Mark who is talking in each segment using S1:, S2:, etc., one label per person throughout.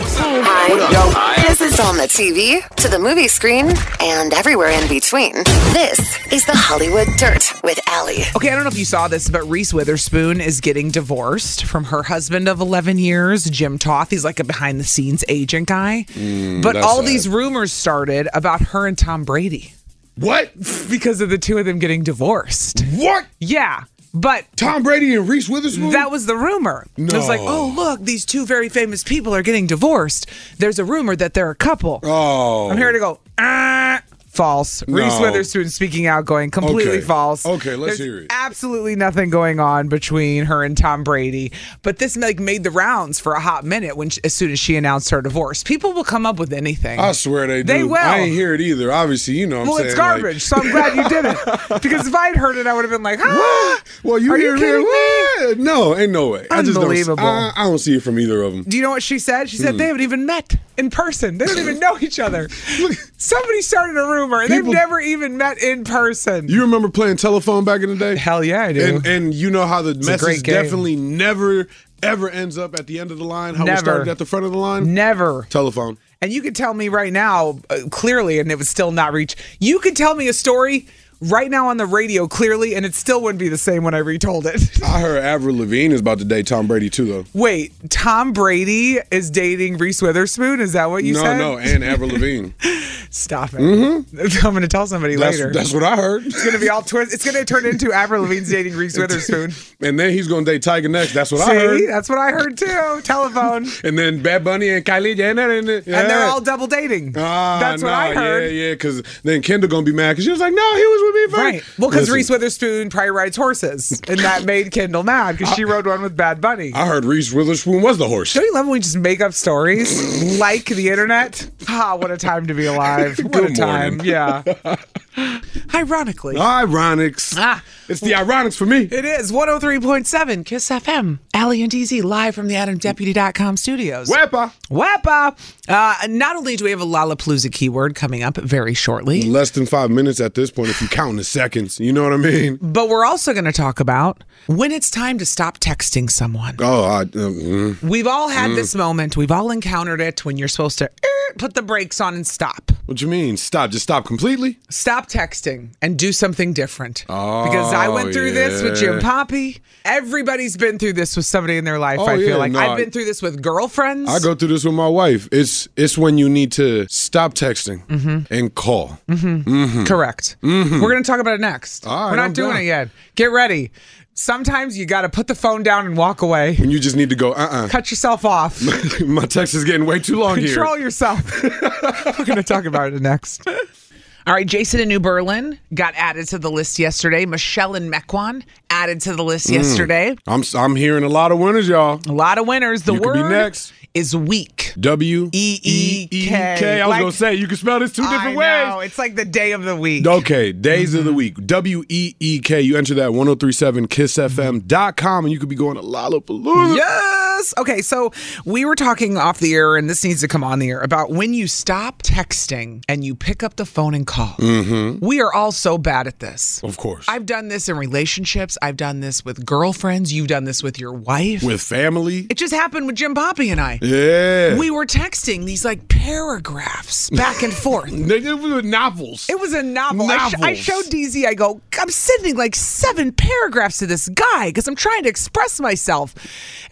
S1: Hi. This is on the TV, to the movie screen, and everywhere in between. This is the Hollywood Dirt with Allie.
S2: Okay, I don't know if you saw this, but Reese Witherspoon is getting divorced from her husband of 11 years, Jim Toth. He's like a behind the scenes agent guy. but
S3: Mm, that's
S2: all
S3: sad.
S2: these rumors started about her and Tom Brady
S3: What?
S2: because of the two of them getting divorced.
S3: What?
S2: Yeah. But
S3: Tom Brady and Reese Witherspoon?
S2: That was the rumor. It was like,
S3: No.
S2: oh, look, these two very famous people are getting divorced. There's a rumor that they're a couple.
S3: oh.
S2: I'm here to go, ah, false. Reese
S3: No.
S2: Witherspoon speaking out, going completely
S3: Okay.
S2: false.
S3: Okay, let's
S2: There's
S3: hear it.
S2: Absolutely nothing going on between her and Tom Brady. But this like made the rounds for a hot minute when she, as soon as she announced her divorce. People will come up with anything.
S3: I swear they do.
S2: They will.
S3: I ain't hear it either. Obviously, you know what I'm
S2: well,
S3: saying.
S2: it's garbage, so I'm glad you did it. Because if I'd heard it, I would have been like,
S3: Like,
S2: ah,
S3: what? Well, you
S2: are
S3: hear
S2: you kidding
S3: it?
S2: me?
S3: What? No, ain't no way. I just don't-
S2: Unbelievable.
S3: I, I don't see it from either of them.
S2: Do you know what she said? She
S3: Hmm.
S2: said they haven't even met in person. They don't even know each other. Somebody started a rumor. and They've
S3: People-
S2: never even met in person.
S3: You remember playing telephone back in the day?
S2: Hell yeah, I do.
S3: And, and you know how the
S2: a
S3: message
S2: great game.
S3: definitely never, ever ends up at the end of the line, how
S2: Never.
S3: it started at the front of the line?
S2: never.
S3: Telephone.
S2: And you could tell me right now, uh, clearly, and it would still not reach. You could tell me a story right now on the radio, clearly, and it still wouldn't be the same when I retold it.
S3: I heard Avril Lavigne is about to date Tom Brady, too, though.
S2: Wait, Tom Brady is dating Reese Witherspoon? Is that what you
S3: no,
S2: said?
S3: no, and Avril Lavigne. Mm-hmm.
S2: Stop it. I'm going to tell somebody
S3: that's,
S2: later.
S3: that's what I heard.
S2: it's going to be all twist. It's going to turn into Avril Lavigne's dating Reese Witherspoon.
S3: And then he's going to date Tiger next. That's what I
S2: See,
S3: heard.
S2: that's what I heard too. Telephone.
S3: And then Bad Bunny and Kylie Jenner. And,
S2: And they're all double dating.
S3: Ah,
S2: that's what
S3: nah,
S2: I heard.
S3: Yeah, yeah, because then Kendall going to be mad because she was like, no, he was with me first.
S2: Right. Well, because
S3: Listen,
S2: Reese Witherspoon probably rides horses, and that made Kendall mad because she rode one with Bad Bunny.
S3: I heard Reese Witherspoon was the horse.
S2: Don't you love when we just make up stories like the internet? Ah, what a time to be alive. What a
S3: Good
S2: time.
S3: morning.
S2: Yeah. Ironically.
S3: Ironics.
S2: Ah.
S3: It's the ironics for me.
S2: It is 103.7 KISS FM. Allie and DZ live from the AdamDeputy.com studios.
S3: Wepa.
S2: Wepa! Uh, not only do we have a Lollapalooza keyword coming up very shortly,
S3: Less than five minutes at this point if you count in seconds. You know what I mean?
S2: but we're also going to talk about when it's time to stop texting someone.
S3: Oh, I, um, mm.
S2: We've all had this moment. We've all encountered it when you're supposed to er, put the brakes on and stop.
S3: what you mean? Stop. Just stop completely?
S2: Stop texting and do something different. because I went through this with Jim
S3: Oh, yeah.
S2: Poppy. Everybody's been through this with somebody in their life,
S3: Oh,
S2: I feel
S3: yeah,
S2: like.
S3: no,
S2: I've
S3: I-
S2: been through this with girlfriends.
S3: I go through this with my wife. It's it's when you need to stop texting and call.
S2: Mm-hmm. Correct. We're going to talk about it next.
S3: Mm-hmm. All right,
S2: We're not
S3: I'm
S2: doing
S3: down.
S2: it yet. Get ready. Sometimes you got to put the phone down and walk away.
S3: And you just need to go, uh uh
S2: Cut yourself off.
S3: my text is getting way too long
S2: Control
S3: here.
S2: yourself. We're going to talk about it next. All right, Jason in New Berlin got added to the list yesterday. Michelle in Mequon added to the
S3: Mm.
S2: list yesterday.
S3: I'm s- I'm hearing a lot of winners, y'all.
S2: A lot of winners. The
S3: You could
S2: word
S3: be next.
S2: is weak.
S3: W
S2: E E K.
S3: I was
S2: Like-
S3: gonna say you can spell this two different
S2: I know.
S3: ways.
S2: It's like the day of the week. Mm-hmm.
S3: Okay, days of the week. W E E K. You enter that 1037kissfm.com and you could be going to Lollapalooza.
S2: Yes. Okay, so we were talking off the air, and this needs to come on the air about when you stop texting and you pick up the phone and call. We are all so bad at this.
S3: Mm-hmm. Of course.
S2: I've done this in relationships. I've done this with girlfriends. You've done this with your wife.
S3: With family.
S2: it just happened with Jim Poppy and I.
S3: Yeah.
S2: We were texting these like paragraphs back and forth.
S3: They did it with novels.
S2: It was a novel. I, sh- I
S3: Novels.
S2: showed DZ, I go, I'm sending like seven paragraphs to this guy because I'm trying to express myself.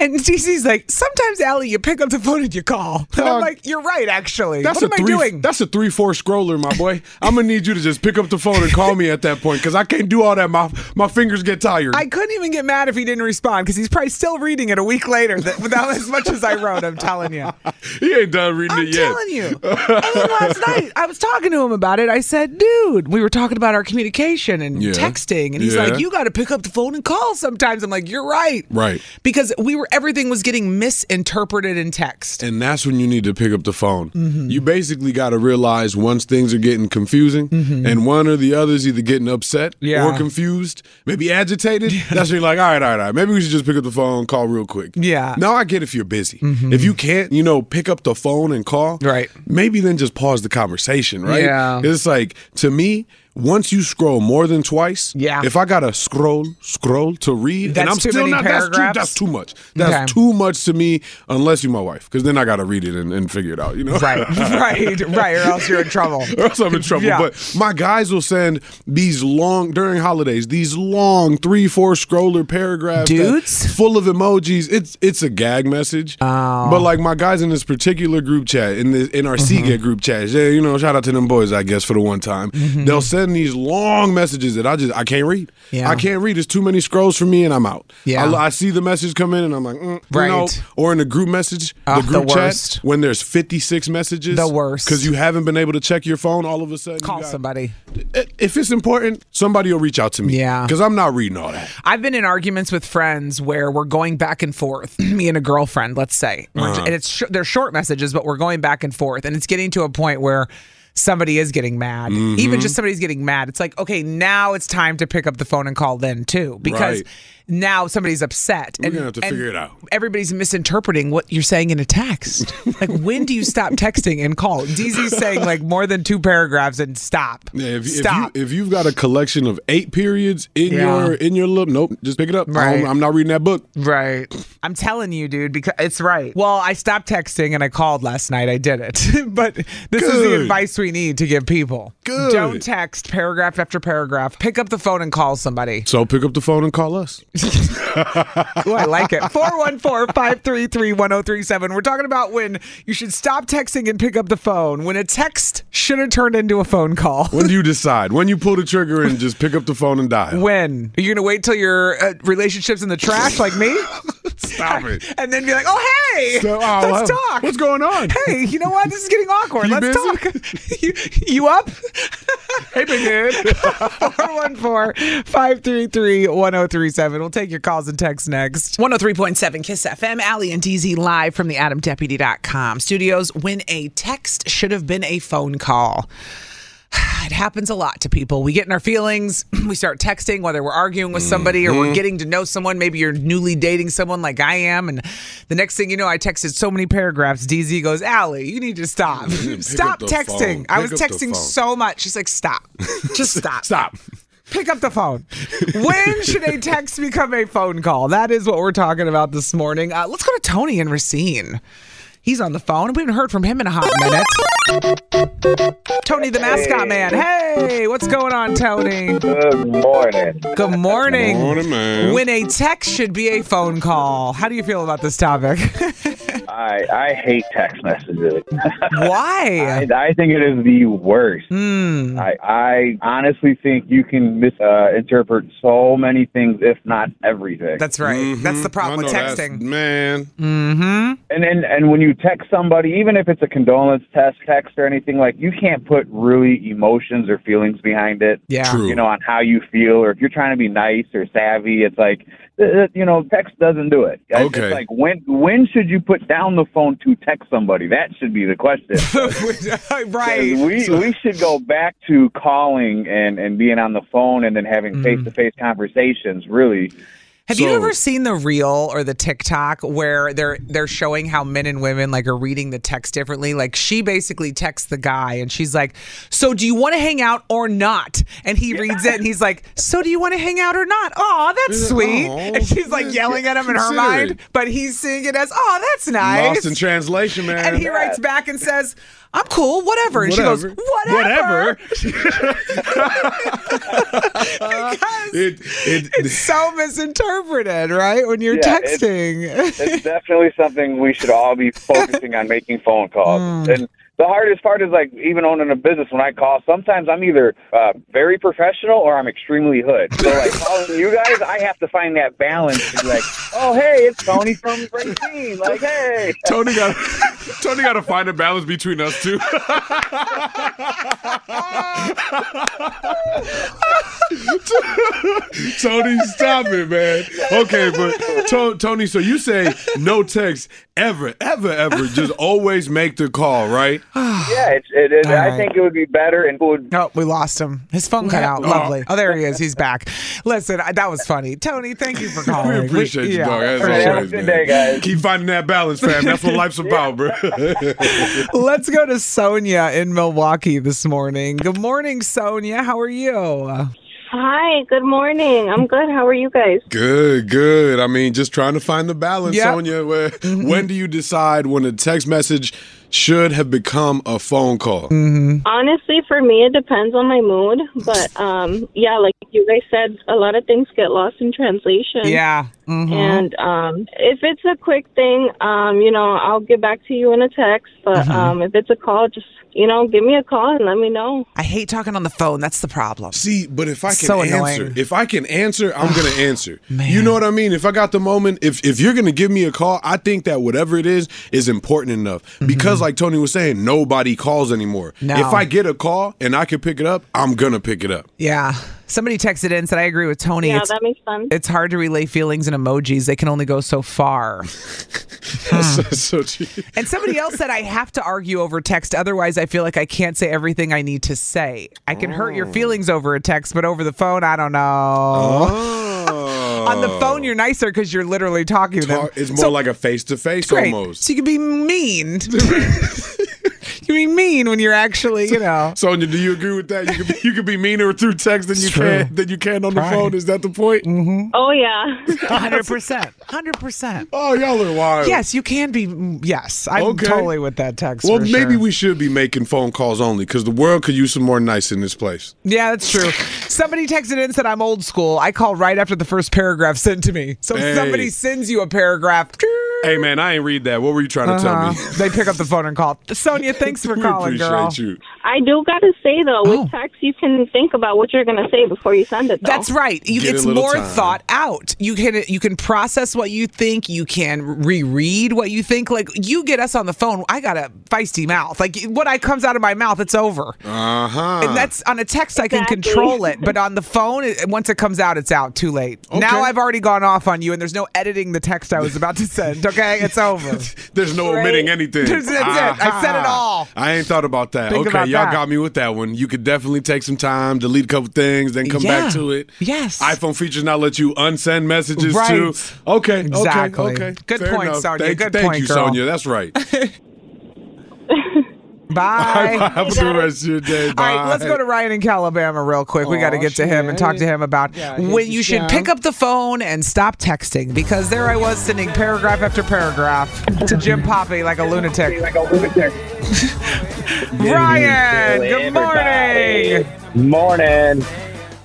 S2: And DZ He's like, sometimes, Allie, you pick up the phone and you call. And I'm
S3: Dog.
S2: like, you're right, actually.
S3: That's
S2: what
S3: a
S2: am
S3: three.
S2: I doing?
S3: That's a three-four scroller, my boy. I'm gonna need you to just pick up the phone and call me at that point because I can't do all that. My my fingers get tired.
S2: I couldn't even get mad if he didn't respond because he's probably still reading it a week later that, without as much as I wrote. I'm telling you.
S3: he ain't done reading
S2: I'm
S3: it yet.
S2: telling you. And then last night, I was talking to him about it. I said, dude, we were talking about our communication and
S3: Yeah.
S2: texting. And he's
S3: Yeah.
S2: like, you got to pick up the phone and call sometimes. I'm like, you're right.
S3: Right.
S2: Because we were, everything was getting misinterpreted in text.
S3: And that's when you need to pick up the phone. Mm-hmm. You basically got to realize once things are getting confusing and one or the other is either getting upset
S2: Mm-hmm. Yeah.
S3: or confused, maybe agitated, that's when you're like, all right, all right, all right, maybe we should just pick up the phone, call real quick.
S2: Yeah. Mm-hmm.
S3: Now I get if you're busy. If you can't, you know, pick up the phone and call,
S2: Right.
S3: maybe then just pause the conversation, right?
S2: Yeah.
S3: It's like, to me, once you scroll more than twice,
S2: Yeah.
S3: if I gotta scroll, scroll to read, and
S2: That's
S3: I'm
S2: too
S3: still
S2: many
S3: not that's too,
S2: paragraphs?
S3: that's too much. That's
S2: Okay.
S3: too much to me unless you're my wife, because then I got to read it and, and figure it out, you know?
S2: right, right, right, or else you're in trouble.
S3: or else I'm in trouble.
S2: Yeah.
S3: But my guys will send these long, during holidays, these long three, four scroller paragraphs. that-
S2: Dudes?
S3: Full of emojis. It's it's a gag message.
S2: Um, Oh.
S3: But like my guys in this particular group chat, in the in our
S2: Mm-hmm.
S3: Seagate group chat, yeah, you know, shout out to them boys, I guess, for the one time.
S2: Mm-hmm.
S3: They'll send these long messages that I just, I can't read.
S2: Yeah.
S3: I can't read. It's too many scrolls for me and I'm out.
S2: Yeah.
S3: I, I see the message come in and I'm like, mm, you know,
S2: Right.
S3: or in the group message,
S2: Ugh,
S3: the
S2: the
S3: group
S2: worst.
S3: chat, when there's 56 messages.
S2: The worst.
S3: Because you haven't been able to check your phone, all of a sudden you
S2: Call
S3: got-
S2: somebody.
S3: I- If it's important, somebody will reach out to me.
S2: Yeah.
S3: because I'm not reading all that.
S2: I've been in arguments with friends where we're going back and forth, me and a girlfriend, let's say, We're
S3: Uh-huh.
S2: j- and it's sh- they're short messages, but we're going back and forth, and it's getting to a point where somebody is getting mad.
S3: Mm-hmm.
S2: Even just somebody's getting mad. It's like, okay, now it's time to pick up the phone and call then too, because
S3: Right.
S2: now somebody's upset.
S3: We're gonna have to figure it out.
S2: Everybody's misinterpreting what you're saying in a text. like, when do you stop texting and call? DZ's saying like more than two paragraphs and stop.
S3: Yeah, if, if you
S2: stop.
S3: if you've got a collection of eight periods in
S2: Yeah.
S3: your in your lip, nope, just pick it up. I
S2: Right.
S3: don't- I'm not reading that book.
S2: Right. I'm telling you, dude, because it's right. Well, I stopped texting and I called last night. I did it. but this is
S3: Good.
S2: the advice we need to give people.
S3: Good.
S2: Don't text paragraph after paragraph. Pick up the phone and call somebody.
S3: So pick up the phone and call us.
S2: Ooh, I like it. 414-533-1037. We're talking about when you should stop texting and pick up the phone. When a text should have turned into a phone call.
S3: When do you decide? When you pull the trigger and just pick up the phone and dial?
S2: When? Are you going to wait till your uh, relationship's in the trash like me?
S3: Stop it.
S2: and then be like, oh, hey,
S3: So, oh,
S2: let's
S3: well,
S2: talk.
S3: What's going on?
S2: hey, you know what? This is getting awkward.
S3: You
S2: Let's talk. you, you up? hey, big head. 414-533-1037. We'll take your calls and texts next. 103.7 KISS FM. Allie and DZ live from the AdamDeputy.com studios when a text should have been a phone call. It happens a lot to people. We get in our feelings, we start texting, whether we're arguing with somebody or we're getting to know someone. Maybe you're newly dating someone like I am. And the next thing you know, I texted so many paragraphs. DZ goes, Allie, you need to stop. Stop
S3: the
S2: texting.
S3: phone.
S2: I
S3: Pick
S2: was
S3: up the phone.
S2: texting so much. She's like, stop. Just stop.
S3: Stop.
S2: Pick up the phone. When should a text become a phone call? That is what we're talking about this morning. Uh, let's go to Tony and Racine. He's on the phone. We haven't heard from him in a hot minute. Tony the mascot man. Hey, what's going on, Tony?
S4: Good morning.
S2: Good morning.
S3: Morning, man.
S2: When a text should be a phone call. How do you feel about this topic?
S4: I I hate text messages.
S2: Why?
S4: I, I think it is the worst.
S2: Hmm.
S4: I I honestly think you can misinterpret uh, interpret so many things, if not everything.
S2: That's right. That's the
S3: Mhm.
S2: problem
S3: I
S2: with
S3: know that's-
S2: texting.
S3: man.
S2: Mm-hmm.
S4: and then and when you text somebody, even if it's a condolence test text or anything like, you can't put really emotions or feelings behind it.
S2: Yeah.
S3: True.
S4: You know, on how you feel, or if you're trying to be nice or savvy, it's like, uh, uh, you know, text doesn't do it. It's
S3: Okay.
S4: like when when should you put down the phone to text somebody? That should be the question.
S2: right.
S4: We we should go back to calling and, and being on the phone and then having face to face conversations. Really,
S2: Have you
S3: So-
S2: ever seen the reel or the TikTok where they're they're showing how men and women like are reading the text differently? Like she basically texts the guy and she's like, "So do you want to hang out or not?" And he reads it and he's like, "So do you want to hang out or not?" Oh, that's
S3: Yeah,
S2: sweet.
S3: aw,
S2: and she's like
S3: yeah,
S2: yelling at him in her
S3: considerate.
S2: mind, but he's seeing it as, "Oh, that's nice."
S3: Lost in translation, man.
S2: and he writes back and says, I'm cool, whatever. And she goes, whatever.
S3: Whatever. it, it,
S2: It's so misinterpreted, right? When you're
S4: Yeah, it's-
S2: texting.
S4: it's definitely something we should all be focusing on making phone calls. And the hardest part is like even owning a business. When I call, sometimes I'm either uh, very professional or I'm extremely hood. So like calling you guys, I have to find that balance. To be like, oh hey, it's Tony from Racine. Like hey,
S3: Tony got Tony got to find a balance between us two. Tony, stop it, man. Okay, but to- Tony, so you say no text ever, ever, ever. Just always make the call, right?
S4: yeah, it's it, it, I
S2: right.
S4: think it would be better and would.
S2: Oh, we lost him. His phone cut out. Lovely. Oh, there he is. He's back. Listen, I, that was funny. Tony, thank you for calling.
S3: We appreciate you,
S2: yeah,
S3: dog. As
S2: for sure.
S4: Hey, have a
S3: always,
S4: good
S3: man.
S4: day, guys.
S3: Keep finding that balance, fam. That's what life's about, bro.
S2: Let's go to Sonia in Milwaukee this morning. Good morning, Sonia. How are you?
S5: Hi, good morning. I'm good. How are you guys?
S3: Good, good. I mean, just trying to find the balance,
S2: Yeah.
S3: Sonia. Where
S2: Mm-hmm.
S3: when do you decide when a text message should have become a phone call?
S2: Mm-hmm.
S5: Honestly, for me, it depends on my mood. But um, yeah, like you guys said, a lot of things get lost in translation.
S2: Yeah. Mhm.
S5: And um, if it's a quick thing, um, you know, I'll get back to you in a text. But
S2: Uh-huh.
S5: um, if it's a call, just, you know, give me a call and let me know.
S2: I hate talking on the phone. That's the problem.
S3: See, but if I can
S2: So
S3: answer,
S2: annoying.
S3: if I can answer, I'm gonna answer.
S2: Ah, Man.
S3: You know what I mean? If I got the moment, if if you're gonna give me a call, I think that whatever it is is important enough. Because like Tony was saying, nobody calls anymore.
S2: Mm-hmm. No.
S3: If I get a call and I can pick it up, I'm gonna pick it up.
S2: Yeah. Somebody texted in and said, I agree with Tony.
S5: Yeah,
S2: it's,
S5: that makes sense.
S2: it's hard to relay feelings and emojis, they can only go so far. Mm.
S3: That's so cheap.
S2: And somebody else said, I have to argue over text. Otherwise, I feel like I can't say everything I need to say. I can hurt
S3: Oh.
S2: your feelings over a text, but over the phone, I don't know.
S3: Oh.
S2: On the phone, you're nicer because you're literally talking to them.
S3: Talk- it's more like a face to face
S2: Great.
S3: almost.
S2: So you can be mean. you can be mean when you're actually, you know.
S3: Sonia, do you agree with that? You could be, you could be meaner through text than you
S2: true. Mm-hmm.
S3: can than you can on the
S2: Right.
S3: phone. Is that the point?
S5: Oh, yeah.
S2: 100%. 100%.
S3: Oh, y'all are wild.
S2: Yes, you can be. mm, Yes, I'm
S3: Okay.
S2: totally with that text.
S3: Well,
S2: for
S3: maybe
S2: sure.
S3: we should be making phone calls only because the world could use some more nice in this place.
S2: Yeah, that's true. Somebody texted in and said, I'm old school. I call right after the first paragraph sent to me. So
S3: Hey.
S2: if somebody sends you a paragraph.
S3: Hey, man, I ain't read that. What were you trying to
S2: uh,
S3: tell me?
S2: they pick up the phone and call. Sonia, thanks for
S3: we
S2: calling,
S3: appreciate
S2: girl.
S3: you.
S5: I do got to say, though, with
S2: Oh.
S5: text, you can think about what you're going to say before you send it, though.
S2: That's right. You,
S3: Get a
S2: it's
S3: little
S2: more
S3: time.
S2: thought out. You can you can process what you think. You can reread what you think. Like you get us on the phone, I got a feisty mouth. Like what I comes out of my mouth, it's over.
S3: Uh huh.
S2: Uh-huh. And that's on a text I can
S5: Exactly.
S2: control it, but on the phone, it, once it comes out, it's out too late. Now
S3: Okay.
S2: I've already gone off on you, and there's no editing the text I was about to send. Okay, it's over.
S3: There's no omitting anything. Ah.
S2: That's it. I said
S3: Ah-ha.
S2: it all.
S3: I ain't thought about that.
S2: Think
S3: okay,
S2: about
S3: y'all
S2: that.
S3: got me with that one. You could definitely take some time, delete a couple things, then come
S2: Yeah.
S3: back to it.
S2: Yes.
S3: iPhone features now let you unsend messages
S2: Right.
S3: too. Okay. okay,
S2: Exactly.
S3: Okay.
S2: Good
S3: Fair
S2: point,
S3: enough.
S2: Sonia.
S3: Thank,
S2: Good
S3: thank
S2: point,
S3: you,
S2: girl.
S3: Sonia. That's right.
S2: Bye.
S3: Have a good rest of your day.
S2: All
S3: Bye.
S2: right, let's go to Ryan in Alabama real quick. we got to get to him and talk to him about when you should pick up the phone and stop texting because there I was sending paragraph after paragraph to Jim Poppy like a lunatic.
S4: Like a lunatic.
S2: Ryan, good
S4: Everybody.
S2: morning.
S4: Morning.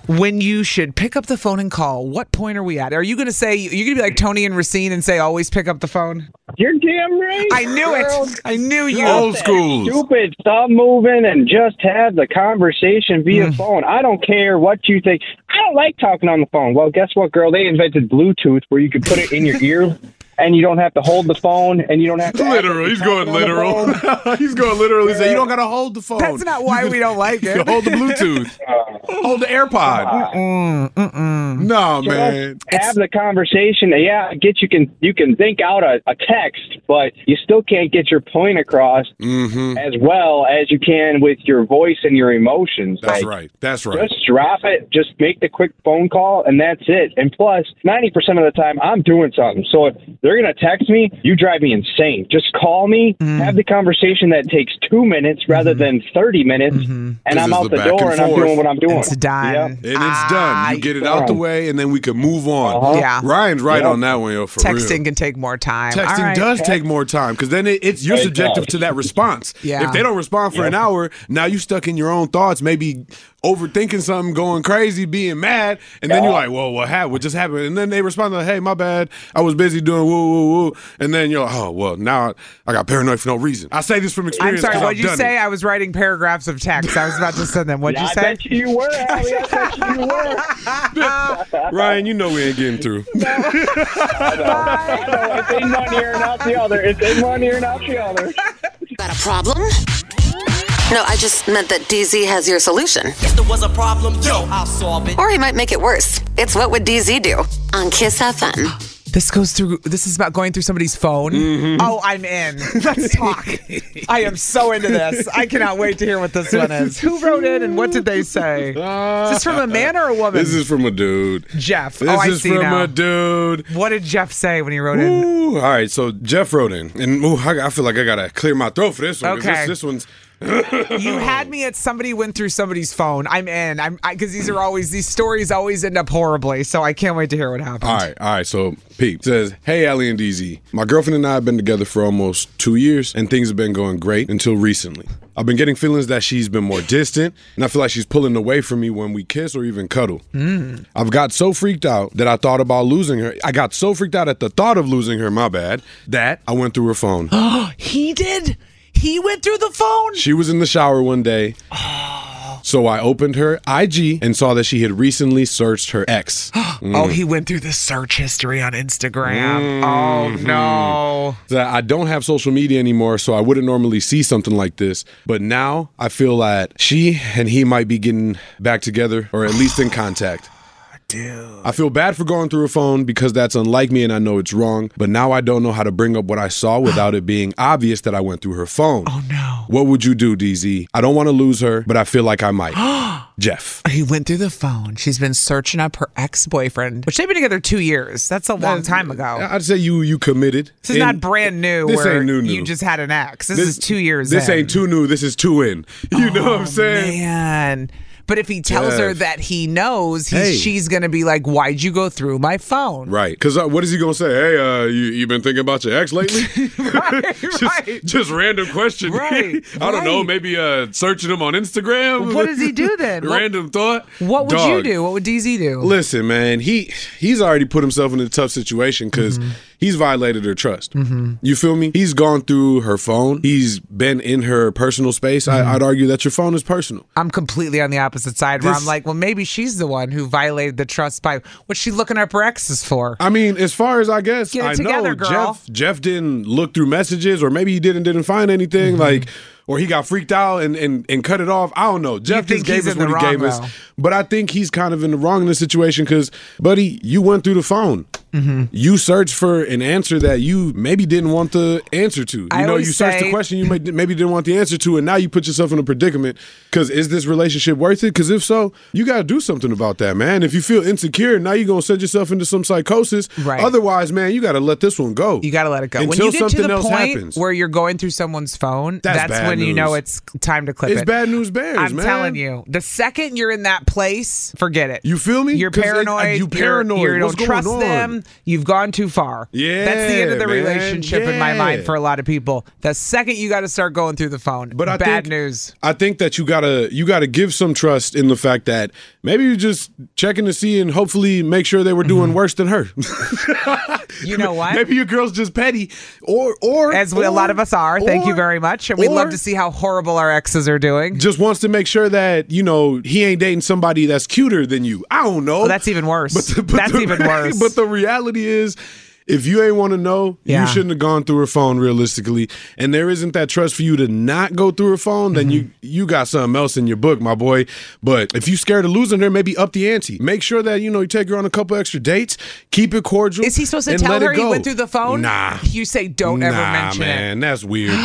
S2: When you should pick up the phone and call, what point are we at? Are you going to say, you're going to be like Tony and Racine and say, always pick up the phone?
S4: You're damn right.
S2: I knew it. I knew you.
S3: Old school.
S4: stupid. Stop moving and just have the conversation via
S3: Hmm.
S4: phone. I don't care what you think. I don't like talking on the phone. Well, guess what, girl? They invented Bluetooth where you could put it in your ear and you don't have to hold the phone and you don't have to.
S3: Literal. He's going literal. He's going literal. He said, "You don't gotta hold the phone.
S2: That's not why we don't like
S3: You
S2: it.
S3: hold the Bluetooth.
S4: Uh,
S3: hold the AirPod. No, man.
S4: Have the conversation. Yeah, I get you can you can think out a, a text, but you still can't get your point across
S3: Mm-hmm.
S4: as well as you can with your voice and your emotions.
S3: That's
S4: Like,
S3: right. That's right.
S4: Just drop it. Just make the quick phone call, and that's it. And plus, ninety percent of the time, I'm doing something. So if
S6: they're going to text me, you drive me insane. Just call me,
S3: Mm.
S6: have the conversation that takes two minutes rather than 30 minutes, and
S3: Mm-hmm. This
S6: I'm
S3: is
S6: out
S3: the
S6: the,
S3: back
S6: door
S3: and
S6: and, I'm
S3: forth.
S6: doing what I'm doing.
S2: It's done.
S6: Yep.
S3: And it's done. You get it out the way, and then we can move on.
S2: Uh-huh. Yeah.
S3: Ryan's right
S6: Yeah.
S3: on that one, yo. For
S2: Texting
S3: real.
S2: can take more time. All
S3: Texting
S2: right.
S3: does take more time because then it, it's you're
S6: It
S3: subjective
S6: does.
S3: to that response.
S2: Yeah.
S3: If they don't respond for an hour, now you stuck in your own thoughts, maybe overthinking something, going crazy, being mad, and then you're like, "Well, what happened? What just happened?" And then they respond like, "Hey, my bad. I was busy doing woo woo woo." And then you're like, "Oh, well, now I, I got paranoid for no reason." I say this from
S2: I'm
S3: experience.
S2: sorry.
S3: 'cause
S2: What'd
S3: I've
S2: you
S3: done
S2: say?
S3: it.
S2: I was writing paragraphs of text. I was about to send them. What'd
S6: Yeah,
S2: you
S6: I
S2: say?
S6: bet you you were, Allie. I bet you you were.
S3: Ryan, you know we ain't getting through.
S6: So it's in one ear and out the other. It's in one ear and out the other.
S1: Got a problem? No, I just meant that DZ has your solution.
S7: If there was a problem, yo, I'll solve it.
S1: Or he might make it worse. It's What Would DZ Do on Kiss FM.
S2: This goes through. This is about going through somebody's phone.
S1: Mm-hmm.
S2: Oh, I'm in. Let's talk. I am so into this. I cannot wait to hear what this one is. Who wrote it and what did they say? Is this from a man or a woman?
S3: This is from a dude.
S2: Jeff.
S3: This
S2: oh, I
S3: is
S2: see
S3: from
S2: now.
S3: a dude.
S2: what did Jeff say when he wrote it?
S3: Ooh, all right, so Jeff wrote in, and ooh, I, I feel like I gotta clear my throat for this one. 'cause
S2: Okay.
S3: This, this one's
S2: You had me at somebody went through somebody's phone. I'm in. I'm because these are always these stories always end up horribly. So I can't wait to hear what happens.
S3: all right, all right. So Pete says, "Hey, Allie and DZ, my girlfriend and I have been together for almost two years, and things have been going great until recently. I've been getting feelings that she's been more distant, and I feel like she's pulling away from me when we kiss or even cuddle.
S2: Hmm.
S3: I've got so freaked out that I thought about losing her. I got so freaked out at the thought of losing her. My bad. That I went through her phone."
S2: He did. He went through the phone.
S3: She was in the shower one day.
S2: Oh.
S3: So I opened her IG and saw that she had recently searched her ex.
S2: Oh, he went through the search history on Instagram. Oh no.
S3: that Mm-hmm. I don't have social media anymore, so I wouldn't normally see something like this. But now I feel that she and he might be getting back together or at least in contact. Dude. I feel bad for going through a phone because that's unlike me and I know it's wrong, but now I don't know how to bring up what I saw without it being obvious that I went through her phone.
S2: Oh no.
S3: What would you do, DZ? I don't want to lose her, but I feel like I might. Jeff.
S2: He went through the phone. She's been searching up her ex boyfriend, which they've been together two years. That's a long time ago.
S3: I'd say you you committed.
S2: this is
S3: And
S2: not brand new.
S3: This
S2: where
S3: ain't new new.
S2: You just had an ex. This, is two years.
S3: This
S2: in.
S3: ain't too new. This is two in. You know what I'm saying?
S2: Oh, Man. But if he tells her
S3: Jeff.
S2: that he knows, he's,
S3: Hey.
S2: she's gonna be like, "Why'd you go through my phone?"
S3: Right. Because uh, what is he gonna say? Hey, uh, you you been thinking about your ex lately?
S2: Right,
S3: just,
S2: right.
S3: just random question.
S2: Right,
S3: I don't know.
S2: right.
S3: Maybe uh, searching him on Instagram.
S2: What does he do then? What-
S3: random thought.
S2: What would
S3: Dog.
S2: you do? What would DZ do?
S3: Listen, man, he he's already put himself in a tough situation because
S2: Mm-hmm.
S3: he's violated her trust. You feel me? He's gone through her phone. He's been in her personal space.
S2: Mm-hmm.
S3: I, I'd argue that your phone is personal.
S2: I'm completely on the opposite side where
S3: This-
S2: I'm like, well, maybe she's the one who violated the trust by what's she looking up her exes for?
S3: I mean, as far as I guess,
S2: Get it
S3: I know
S2: together, girl.
S3: Jeff. Jeff didn't look through messages, or maybe he didn't didn't find anything.
S2: Mm-hmm.
S3: Like, or he got freaked out and and, and cut it off. I don't know. Jeff just
S2: think
S3: gave
S2: he's
S3: us
S2: in the
S3: what he
S2: wrong,
S3: gave
S2: though.
S3: us, but I think he's kind of in the wrong in this situation because, buddy, you went through the phone. You searched for an answer that you maybe didn't want the answer to. You
S2: I
S3: know, you
S2: always
S3: searched the
S2: say-
S3: question you may, maybe didn't want the answer to, and now you put yourself in a predicament. Because is this relationship worth it? Because if so, you got to do something about that, man. If you feel insecure, now you're gonna send yourself into some psychosis.
S2: Right.
S3: Otherwise, man, you got to let this one go.
S2: You got to let it go.
S3: Until
S2: when you get to
S3: something
S2: the
S3: else
S2: point
S3: happens.
S2: where you're going through someone's phone,
S3: That's
S2: that's,
S3: bad
S2: when you know
S3: news.
S2: it's time to clip
S3: it's
S2: it.
S3: bad news bears,
S2: I'm
S3: man.
S2: telling you, the second you're in that place, forget it.
S3: You feel me?
S2: You're
S3: 'Cause it- uh, you
S2: paranoid. you're-
S3: paranoid.
S2: You
S3: What's going
S2: don't trust
S3: on?
S2: them. You've gone too far. that's the end of
S3: Yeah,
S2: the
S3: man.
S2: relationship in my mind
S3: Yeah.
S2: for a lot of people. The second you got to start going through the phone,
S3: But I
S2: bad
S3: think,
S2: news.
S3: I think that you gotta you gotta give some trust in the fact that maybe you're just checking to see and hopefully make sure they were doing
S2: Mm-hmm.
S3: worse than her.
S2: You know what?
S3: maybe your girl's just petty, or or
S2: as we, a
S3: or-
S2: lot of us are. Thank you
S3: or-
S2: very much. And we'd love
S3: or
S2: to see how horrible our exes are doing.
S3: Just wants to make sure that you know he ain't dating somebody that's cuter than you. I don't know.
S2: Well, that's even worse.
S3: the-
S2: That's
S3: the-
S2: even worse.
S3: But the reality is, if you ain't want to know,
S2: Yeah.
S3: you shouldn't have gone through her phone realistically. And there isn't that trust for you to not go through her phone, then
S2: Mm-hmm.
S3: you you got something else in your book, my boy. But if you scared of losing her, maybe up the ante. Make sure that you know you take her on a couple extra dates. Keep it cordial.
S2: Is he supposed to
S3: and
S2: tell
S3: let it
S2: her he
S3: go.
S2: went through the phone?
S3: Nah.
S2: You say don't ever
S3: Nah,
S2: mention
S3: man,
S2: it.
S3: that's weird.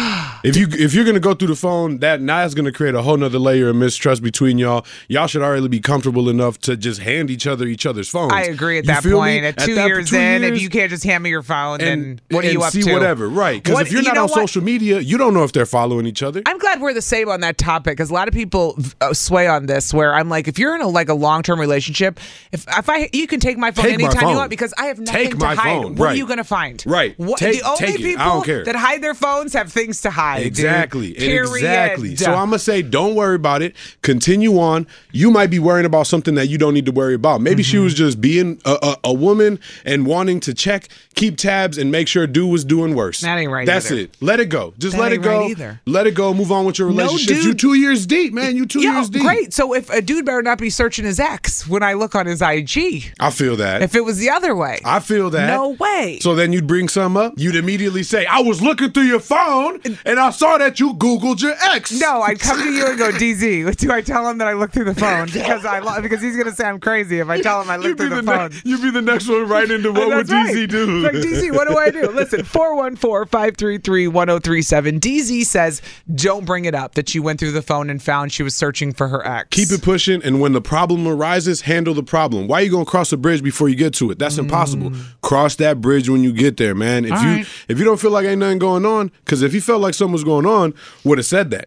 S3: If you if you're gonna go through the phone, that now is gonna create a whole nother layer of mistrust between y'all. Y'all should already be comfortable enough to just hand each other each other's phones.
S2: I agree at
S3: You
S2: that
S3: feel me?
S2: point. At two
S3: that-
S2: years
S3: two
S2: in, if
S3: years,
S2: you can't just hand me your phone,
S3: and,
S2: then what are
S3: and
S2: you up
S3: see
S2: to?
S3: whatever, right? Because
S2: What-
S3: if you're
S2: you
S3: not
S2: know
S3: on
S2: what?
S3: social media, you don't know if they're following each other.
S2: I'm glad we're the same on that topic because a lot of people uh, sway on this. Where I'm like, if you're in a like a long term relationship, if if I you can take my phone
S3: Take my
S2: anytime
S3: phone.
S2: you want because I have nothing
S3: Take
S2: to
S3: my
S2: hide.
S3: phone,
S2: What are
S3: right.
S2: you gonna find?
S3: Right.
S2: What,
S3: Take-
S2: the only
S3: take it.
S2: people
S3: I don't care.
S2: that hide their phones have things to hide. dude.
S3: Exactly.
S2: Period.
S3: Exactly. So I'm gonna say, don't worry about it. Continue on. You might be worrying about something that you don't need to worry about. Maybe
S2: Mm-hmm.
S3: she was just being a, a, a woman and wanting to check, keep tabs, and make sure dude was doing worse.
S2: That ain't right
S3: That's
S2: either.
S3: it. Let it go. Just
S2: That
S3: let it
S2: ain't right
S3: go.
S2: either.
S3: Let it go. Move on with your
S2: No
S3: relationship.
S2: dude-
S3: you two years deep, man. You two
S2: Yeah,
S3: years deep.
S2: great. So if a dude better not be searching his ex when I look on his IG,
S3: I feel that.
S2: if it was the other way,
S3: I feel that.
S2: no way.
S3: So then you'd bring some up. You'd immediately say, "I was looking through your phone, and I saw that you Googled your ex."
S2: No, I'd come to you and go, DZ. Do I tell him that I look through the phone because I lo- because he's gonna say I'm crazy if I tell him I look
S3: You'd be
S2: through
S3: the,
S2: the,
S3: ne-
S2: phone.
S3: you'd be the next one right into what would
S2: That's
S3: DZ
S2: right.
S3: do?
S2: It's Like, DZ, what do I do? Listen, 414 533 1037. DZ says, don't bring it up that you went through the phone and found she was searching for her ex.
S3: Keep it pushing, and when the problem arises, handle the problem. Why are you gonna cross a bridge before you get to it? That's impossible. Cross that bridge when you get there, man. If
S2: All
S3: you
S2: right.
S3: if you don't feel like ain't nothing going on, because if you felt like something was going on, would have said that.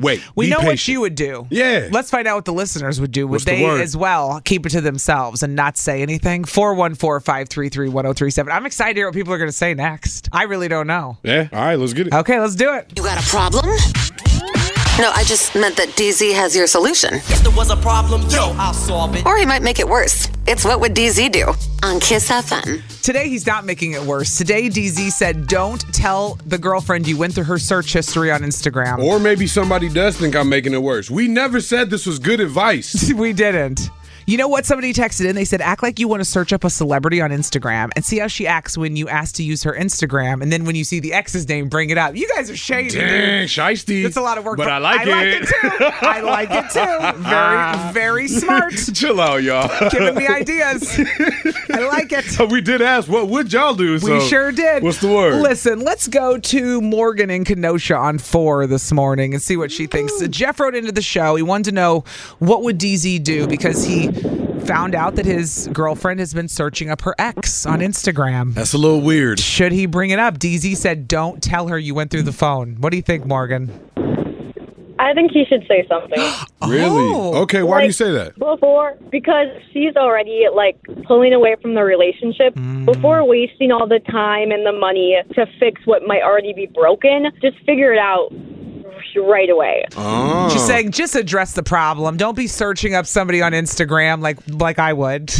S3: Wait,
S2: We
S3: be
S2: know
S3: patient.
S2: what you would do.
S3: Yeah.
S2: Let's find out what the listeners would do. Would
S3: What's the
S2: they
S3: word?
S2: as well keep it to themselves and not say anything? 414 533 1037. I'm excited to hear what people are going to say next. I really don't know.
S3: Yeah. All right, let's get it.
S2: Okay, let's do it.
S1: You got a problem? No, I just meant that DZ has your solution.
S7: If there was a problem, yo, I'll solve it.
S1: Or he might make it worse. It's What Would DZ Do on Kiss FM.
S2: Today, he's not making it worse. Today, DZ said, don't tell the girlfriend you went through her search history on Instagram.
S3: Or maybe somebody does think I'm making it worse. We never said this was good advice.
S2: we didn't. You know what? Somebody texted in. They said, act like you want to search up a celebrity on Instagram and see how she acts when you ask to use her Instagram. And then when you see the ex's name, bring it up. You guys are shady.
S3: Dang,
S2: dude.
S3: shiesty.
S2: It's a lot of work,
S3: but I like
S2: I
S3: it. Ah.
S2: like it too. I like it too. Very, very smart.
S3: Chill out, y'all.
S2: Giving me ideas. I like it.
S3: we did ask, what would y'all do?
S2: We sure did.
S3: What's the word?
S2: Listen, let's go to Morgan in Kenosha on four this morning and see what she thinks. Jeff wrote into the show. He wanted to know what would DZ do because he found out that his girlfriend has been searching up her ex on Instagram.
S3: That's a little weird.
S2: Should he bring it up? DZ said, "Don't tell her you went through the phone." What do you think, Morgan?
S5: I think he should say something.
S3: Really?
S2: Oh.
S3: Okay, why do you say that?
S5: Before, because she's already like pulling away from the relationship
S3: Mm.
S5: before wasting all the time and the money to fix what might already be broken. Just figure it out right away.
S3: Oh.
S2: She's saying, "Just address the problem. Don't be searching up somebody on Instagram like like I would.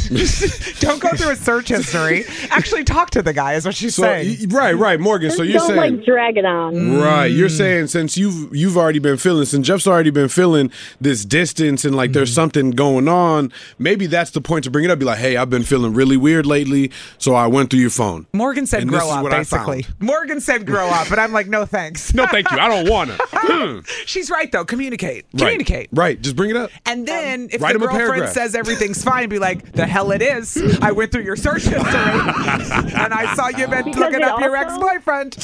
S2: Don't go through a search history. Actually, talk to the guy." Is what she's
S3: so,
S2: saying.
S3: y- right, right, Morgan. So
S5: Just
S3: you're
S5: don't
S3: saying
S5: like drag it on.
S3: Right, you're saying since you've you've already been feeling, since Jeff's already been feeling this distance and like there's something going on, maybe that's the point to bring it up. Be like, hey, I've been feeling really weird lately, so I went through your phone.
S2: Morgan said
S3: And this
S2: grow
S3: is
S2: up,
S3: what I
S2: basically.
S3: found.
S2: Morgan said grow up, and I'm like, no thanks.
S3: No, thank you. I don't wanna. Hmm.
S2: She's right though. Communicate.
S3: Right,
S2: Communicate.
S3: Right, just bring it up.
S2: And then if
S3: Write
S2: the
S3: him a
S2: girlfriend
S3: paragraph.
S2: says everything's fine, be like, the hell it is. I went through your search history and I saw you've been
S5: Because
S2: looking
S5: it
S2: up your
S5: also-
S2: ex-boyfriend.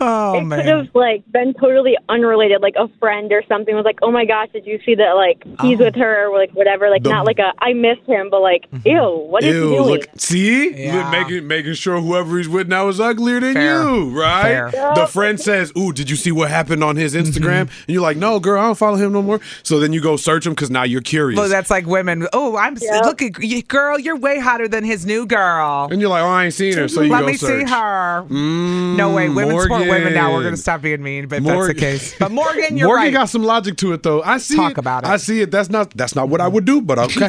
S2: Oh
S5: it could
S2: man.
S5: have like been totally unrelated, like a friend or something was like, "Oh my gosh, did you see that? Like he's
S2: Oh.
S5: with her, or like whatever. Like
S3: The-
S5: not like a I miss him, but like,
S2: Mm-hmm.
S5: ew, what is he
S3: Ew,
S5: doing?
S3: look, see, Look,
S2: Yeah.
S3: making making sure whoever he's with now is uglier than
S2: Fair.
S3: you, right?
S2: Fair. Mm-hmm.
S3: The friend says, "Ooh, did you see what happened on his Instagram?" And you're like, "No, girl, I don't follow him no more." So then you go search him because now you're curious,
S2: Well, that's like women. Oh, I'm
S5: Yep.
S2: looking, girl. You're way hotter than his new girl.
S3: and you're like, "Oh, I ain't seen her." So you
S2: Let
S3: go
S2: me
S3: search. Mm.
S2: see her. no way, women support women now. We're
S3: Morgan.
S2: gonna stop being mean, but that's
S3: Morgan-
S2: the case. But Morgan, you're
S3: Morgan
S2: right.
S3: got some logic to it, though. I see.
S2: talk
S3: it.
S2: about it.
S3: I see it. That's not. That's not what I would do. But okay.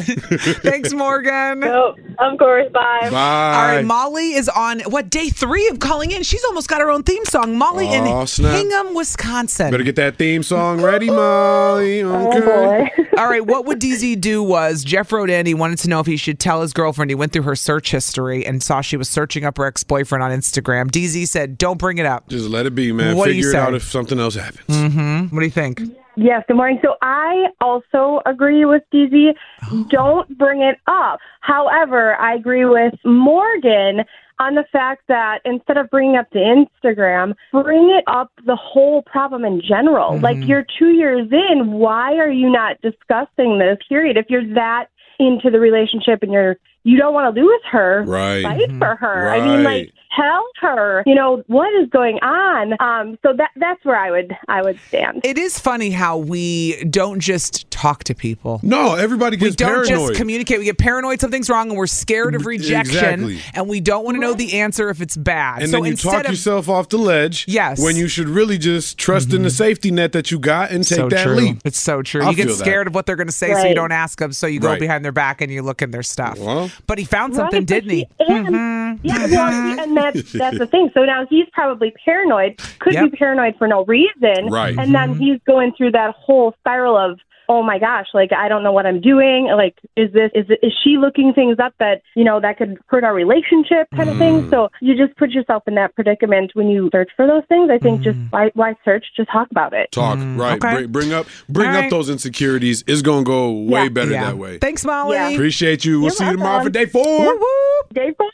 S2: Thanks, Morgan.
S5: Oh, of course, bye.
S2: All
S3: Bye.
S2: right, Molly is on what day three of calling in? She's almost got her own theme song. Molly
S3: Aw,
S2: in
S3: snap.
S2: Hingham, Wisconsin.
S3: Better get that theme song ready, Molly.
S2: Oh,
S3: Okay.
S2: All right, what would DZ do was Jeff wrote in. He wanted to know if he should tell his girlfriend he went through her search history and saw she was searching up her ex boyfriend on Instagram. DZ said, "Don't bring it up."
S3: Just let it be, man.
S2: What do you
S3: Figure it
S2: say?
S3: out if something else happens.
S2: Mm-hmm. What do you think?
S8: Yes, good morning. So I also agree with DZ.
S9: Oh.
S8: Don't bring it up. However, I agree with Morgan on the fact that instead of bringing up the Instagram, bring it up the whole problem in general.
S9: Mm-hmm.
S8: Like you're two years in, why are you not discussing this? Period. If you're that into the relationship and you're you don't want to lose her,
S9: Right. Mm-hmm.
S8: fight for her. I mean,
S9: Right.
S8: like tell her, you know, what is going on. Um, so that that's where I would I would stand.
S2: It is funny how we don't just talk to people.
S3: No, everybody
S2: We
S3: gets
S2: don't
S3: paranoid.
S2: just communicate. We get paranoid something's wrong and we're scared of rejection
S3: exactly.
S2: and we don't want to know the answer if it's bad.
S3: and
S2: so
S3: then you
S2: instead
S3: talk
S2: of
S3: yourself off the ledge.
S2: Yes. Mm-hmm.
S3: When you should really just trust in the safety net that you got and take
S2: So
S3: that
S2: true.
S3: leap.
S2: It's so true.
S3: I
S2: you get
S3: feel that.
S2: scared of what they're going to say, so you
S3: Right.
S2: don't ask them. So you go
S3: Right.
S2: behind their back and you look in their stuff. but he found
S8: Right,
S2: something,
S8: but
S2: didn't he? Mm-hmm.
S8: And, yeah, well, he- and that's that's the thing. So now he's probably paranoid. Could
S2: Yep.
S8: be paranoid for no reason,
S2: Right.
S8: And then he's going through that whole spiral of, oh my gosh, like I don't know what I'm doing. Like, is this is is she looking things up that you know that could hurt our relationship, kind of thing. So you just put yourself in that predicament when you search for those things. I think just why why search? Just talk about it.
S3: Talk
S2: Mm,
S3: right.
S8: okay.
S3: Bring, bring up, bring
S8: All
S3: up
S8: right.
S3: those insecurities. It's gonna go way better
S2: Yeah.
S3: that way.
S2: Thanks, Molly.
S3: Appreciate you. We'll see you tomorrow for day four.
S8: Day four.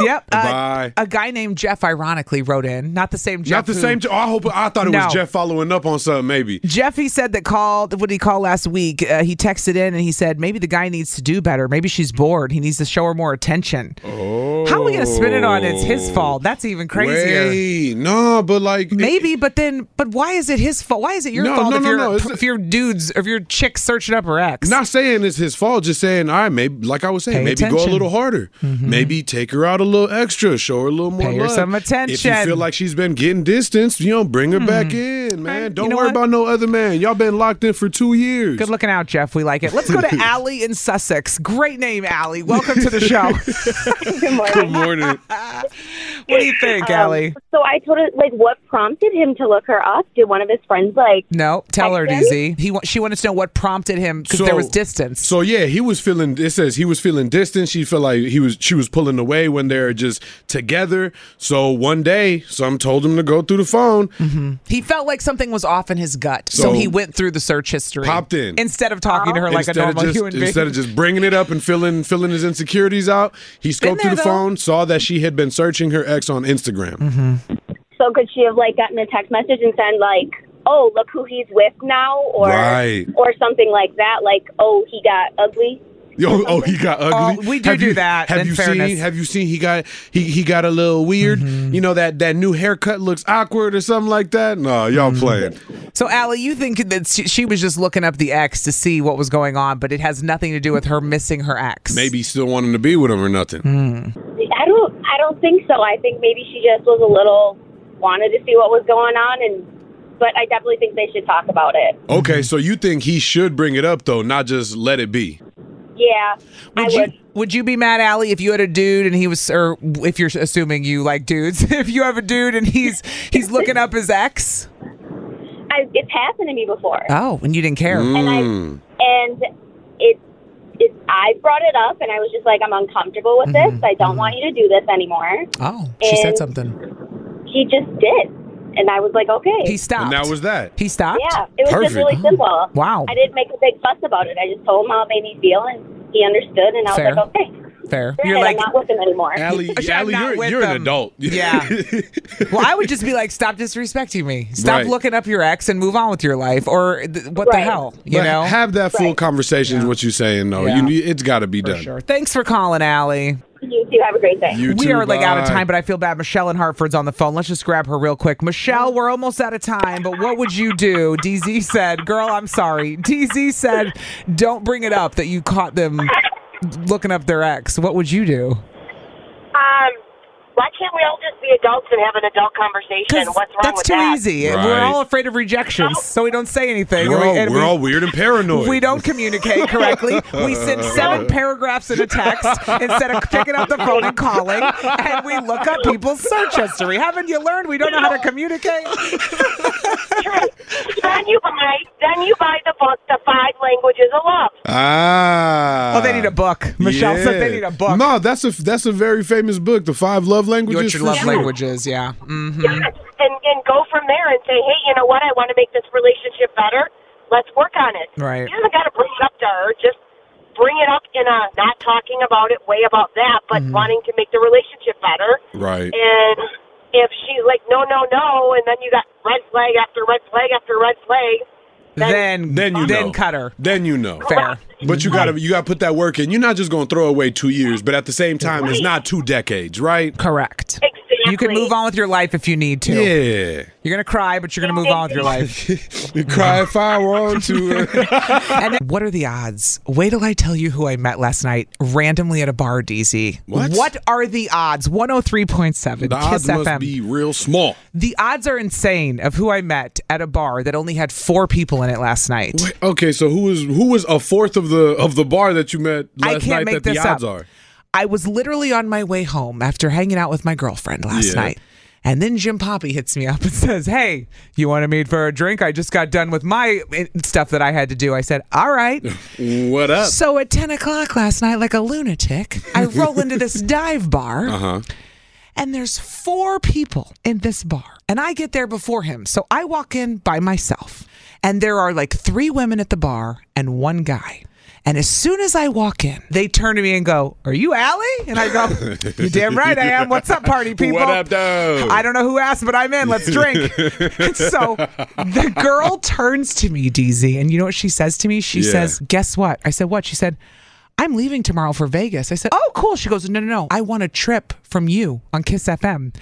S2: Yep. Uh,
S3: Bye.
S2: A guy named Jeff, ironically, wrote in. Not the same Jeff.
S3: Not the same.
S2: who-
S3: I hope. I thought it
S2: No.
S3: was Jeff following up on something. Maybe.
S2: Jeffy said that called, what did he call last week? Uh, he texted in and he said, maybe the guy needs to do better. Maybe she's bored. He needs to show her more attention.
S3: Oh.
S2: How are we going to spin it on? It's his fault. That's e- even crazier.
S3: Wait, no, but like
S2: Maybe, but then, but why is it his fault? Why is it your
S3: No,
S2: fault
S3: no,
S2: if,
S3: no,
S2: your,
S3: no, it's-
S2: if your dudes, if your chick searching up her ex?
S3: Not saying it's his fault, just saying, all right, maybe, like I was saying,
S2: Pay
S3: maybe go
S2: attention. Mm-hmm.
S3: a little harder. Maybe take her out a little extra, show her a little more
S2: Pay her
S3: love.
S2: some
S3: If you
S2: attention. Hmm.
S3: feel like she's been getting distanced, you know, bring her back in, man. Don't
S2: know
S3: worry
S2: what?
S3: about no other man. Y'all been locked in for two years.
S2: Good looking out, Jeff. We like it. Let's go to Allie in Sussex. Great name, Allie. Welcome to the show.
S10: Good morning. Um,
S3: Good morning.
S2: What do you think, Allie?
S10: So I told her, like, what prompted him to look her up? Did one of his friends, like,
S2: No, tell her,
S10: Text
S2: DZ. He wa- she wanted to know what prompted him because there was distance.
S3: So yeah, he was feeling. It says he was feeling distance. She felt like he was. She was pulling away when they're just together. So one day, some told him to go through the phone.
S2: He felt like something was off in his gut, Mm-hmm. so,
S3: So-
S2: he went through the search history.
S3: Popped in.
S2: instead of talking to her like a
S3: Instead of
S2: normal
S3: just-
S2: human being.
S3: Instead of just bringing it up and filling filling his insecurities out, he scoped
S10: there,
S3: through the
S10: though.
S3: phone, saw that she had been searching her ex on Instagram.
S2: Mm-hmm.
S10: so could she have, like, gotten a text message and said, like, oh, look who he's with now? Or,
S3: Right.
S10: or something like that? Like, oh, he got ugly?
S3: Yo, oh, he got ugly.
S10: Oh, we do
S3: Have
S10: do
S3: you-
S10: that,
S3: Have
S10: in
S3: you
S10: fairness.
S3: seen? Have you seen? He got he he got a little weird.
S2: Mm-hmm.
S3: You know that that new haircut looks awkward or something like that. No, y'all
S2: Mm-hmm.
S3: playing.
S2: so, Allie, you think that she, she was just looking up the ex to see what was going on, but it has nothing to do with her missing her ex.
S3: Maybe still wanting to be with him or nothing.
S2: Hmm.
S10: I don't, I don't think so. I think maybe she just was a little, wanted to see what was going on. And, but I definitely think they should talk about it.
S2: Mm-hmm.
S3: Okay, so you think he should bring it up though, not just let it be.
S10: Yeah.
S2: Would you, would you be mad, Allie, if you had a dude and he was, or if you're assuming you like dudes, if you have a dude and he's he's looking up his ex?
S10: I, it's happened to me before.
S2: Oh, and you didn't care.
S10: and it, it I brought it up and I was just like I'm uncomfortable with this. I don't want you to do this anymore.
S2: oh, she said
S10: and-
S2: something.
S10: He just did. And I was like, okay.
S2: He stopped.
S3: that.
S2: He stopped.
S10: Yeah, it was just
S2: Perfect.
S10: really simple.
S2: Wow.
S10: I didn't make a big fuss about it. I just told him how it made me feel and he understood and I was
S2: Fair.
S10: like, okay.
S2: Fair.
S10: You're I'm not with him anymore.
S3: Allie, Allie you're, you're an adult.
S2: Yeah. well, I would just be like, stop disrespecting me. Stop
S3: Right.
S2: looking up your ex and move on with your life, or th- what the hell, you
S3: But
S2: know?
S3: have that full conversation. Is what you're saying though.
S2: Yeah.
S3: You, it's got to be done.
S2: Thanks for calling, Allie.
S10: You too. Have a great day.
S3: You
S2: we
S3: too,
S2: are like out of
S3: bye.
S2: time, but I feel bad. Michelle in Hartford's on the phone. Let's just grab her real quick. Michelle, we're almost out of time, but what would you do? DZ said, "Girl, I'm sorry." DZ said, "Don't bring it up that you caught them looking up their ex." What would you do?
S11: Um, why can't we all just be adults and have an adult conversation? What's wrong
S2: That's
S11: with
S2: too
S11: that?
S2: easy. We're
S3: Right.
S2: all afraid of rejection, so we don't say anything.
S3: We're,
S2: And we-
S3: all,
S2: and
S3: we're
S2: we-
S3: all weird and paranoid.
S2: We don't communicate correctly. We send seven paragraphs in a text instead of picking up the phone and calling, and we look up people's search history. Haven't you learned we don't know how to communicate?
S11: Then you buy, then you buy the book, The Five Languages of Love.
S3: Ah.
S2: Oh, they need a book. Michelle said they need a book.
S3: No, that's a that's a very famous book, The Five Love Languages.
S2: What's your
S3: for
S2: love
S3: sure.
S2: languages? Yeah. Mm-hmm.
S11: And, and go from there and say, hey, you know what? I want to make this relationship better. Let's work on it.
S2: Right.
S11: You haven't got to bring it up to her. Just bring it up in a not talking about it way about that, but
S2: Mm-hmm.
S3: Mhm.
S11: wanting to make the relationship better.
S3: Right.
S11: And if she's like, no, no, no, and then you got red flag after red flag after red flag.
S2: Then
S3: then you
S2: then
S3: know.
S2: cut her.
S3: Then you know.
S2: Fair.
S3: But you gotta you gotta put that work in. You're not just gonna throw away two years, but at the same time, it's not two decades, right?
S2: Correct. You can move on with your life if you need to.
S3: Yeah.
S2: You're gonna cry, but you're gonna move on with your life.
S3: you cry if I want to.
S2: and then- what are the odds? Wait till I tell you who I met last night randomly at a bar, DZ.
S3: What?
S2: What are the odds? 103.7
S3: The odds
S2: Kiss
S3: must
S2: FM.
S3: be real small.
S2: the odds are insane of who I met at a bar that only had four people in it last night.
S3: Okay, so who was who was a fourth of the of the bar that you met
S2: I
S3: last
S2: can't
S3: night
S2: make
S3: that the
S2: this
S3: odds
S2: up.
S3: are?
S2: I was literally on my way home after hanging out with my girlfriend last
S3: Yeah.
S2: night. And then Jim Poppy hits me up and says, Hey, you want to meet for a drink? I just got done with my eh, stuff that I had to do. I said, All right.
S3: What up?
S2: So at 10 o'clock last night, like a lunatic, I roll into this dive bar.
S3: Uh-huh.
S2: And there's four people in this bar. And I get there before him. So I walk in by myself. And there are like three women at the bar and one guy. And as soon as I walk in, they turn to me and go, Are you Allie? And I go, You damn right I am. What's up, party people?
S3: What up, though?
S2: I don't know who asked, but I'm in. Let's drink. And so the girl turns to me, DZ, and you know what she says to me? She
S9: Yeah.
S2: says, Guess what? I said, What? She said, I'm leaving tomorrow for Vegas. I said, Oh, cool. She goes, No, no, no. I want a trip from you on Kiss FM.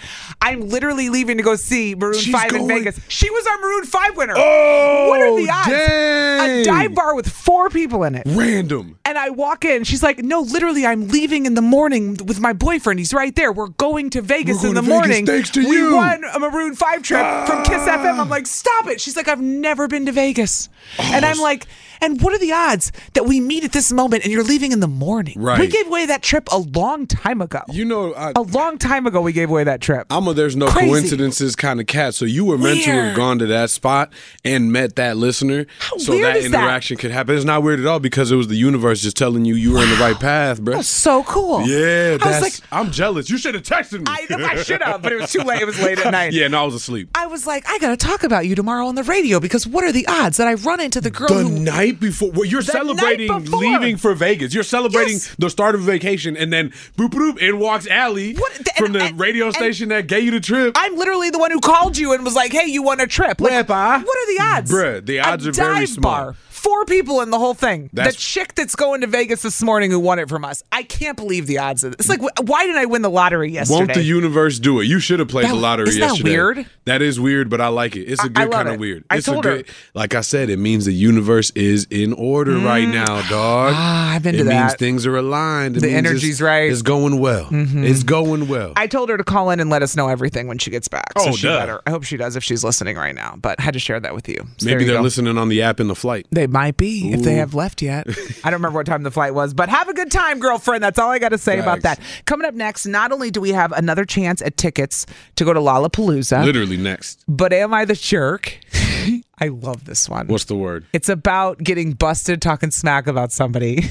S2: I'm literally leaving to go see Maroon
S9: She's
S2: 5 in
S9: going-
S2: Vegas. She was our Maroon 5 winner.
S9: Oh,
S2: what are the odds?
S9: dang.
S2: A dive bar with four people in it.
S3: Random.
S2: And I walk in. She's like, No, literally, I'm leaving in the morning with my boyfriend. He's right there. We're going to Vegas
S3: We're going
S2: in the
S3: to Vegas
S2: morning.
S3: thanks to
S2: we
S3: you." Ah.
S2: won a Maroon 5 trip from Kiss FM. I'm like, Stop it. She's like, I've never been to Vegas.
S3: Oh,
S2: And I'm like, And what are the odds that we meet at this moment and you're leaving in the morning?
S3: Right.
S2: We gave away that trip a long time ago.
S3: You know, I,
S2: a long time ago, we gave away that trip.
S3: I'm a there's no
S2: Crazy.
S3: coincidences kind of cat. So you were meant to have
S2: Weird.
S3: gone to that spot and met that listener, so
S2: weird
S3: that
S2: is that?
S3: interaction could happen. It's not weird at all because it was the universe just telling you you were in the right path, bro.
S2: That's so cool.
S3: Yeah,
S2: I was
S3: that's.
S2: like,
S3: I'm jealous. You should have texted me.
S2: I know I should have, but it was too late. It was late at night.
S3: Yeah, no, I was asleep.
S2: I was like, I gotta talk about you tomorrow on the radio because what are the odds that I run into the girl
S3: The
S2: who
S3: night before, well, you're
S2: The night
S3: celebrating
S2: before.
S3: leaving for Vegas. You're celebrating the start of vacation, and then boop boop, in walks Allie from the radio station that gave you the trip.
S2: I'm literally the one who called you and was like, "Hey, you want a trip?" Like, what are the odds?
S3: Bruh, the odds
S2: a
S3: are very
S2: dive
S3: small.
S2: Bar, four people in the whole thing.
S3: That's-
S2: the chick that's going to Vegas this morning who won it from us. I can't believe the odds of this. It's like, wh- why didn't I win the lottery yesterday?
S3: Won't the universe do it? You should have played
S2: That-
S3: the lottery
S2: isn't that
S3: yesterday.
S2: weird?
S3: That is weird, but I like it. It's a
S2: I- I
S3: good
S2: love
S3: kind of
S2: it.
S3: weird.
S2: I
S3: it's
S2: told
S3: a
S2: her.
S3: good, Like I said, it means the universe is in order right now, dog.
S2: Mm. Ah, I've into
S3: it means
S2: that.
S3: things are aligned. It
S2: The
S3: means it's-
S2: energy's right.
S3: It's going well.
S2: Mhm.
S3: It's going well.
S2: I told her to call in and let us know everything when she gets back. so
S3: Oh,
S2: she
S3: duh.
S2: better. I hope she does if she's listening right now. But had to share that with you. So there
S3: Maybe
S2: you
S3: they're
S2: go.
S3: listening on the app in the flight.
S2: They might be if they
S3: Ooh.
S2: have left yet. I don't remember what time the flight was, but have a good time, girlfriend. That's all I got to say about that. Coming up next, not only do we have another chance at tickets to go to Lollapalooza,
S3: Literally next.
S2: but am I the jerk? I love this one.
S3: What's the word?
S2: It's about getting busted talking smack about somebody.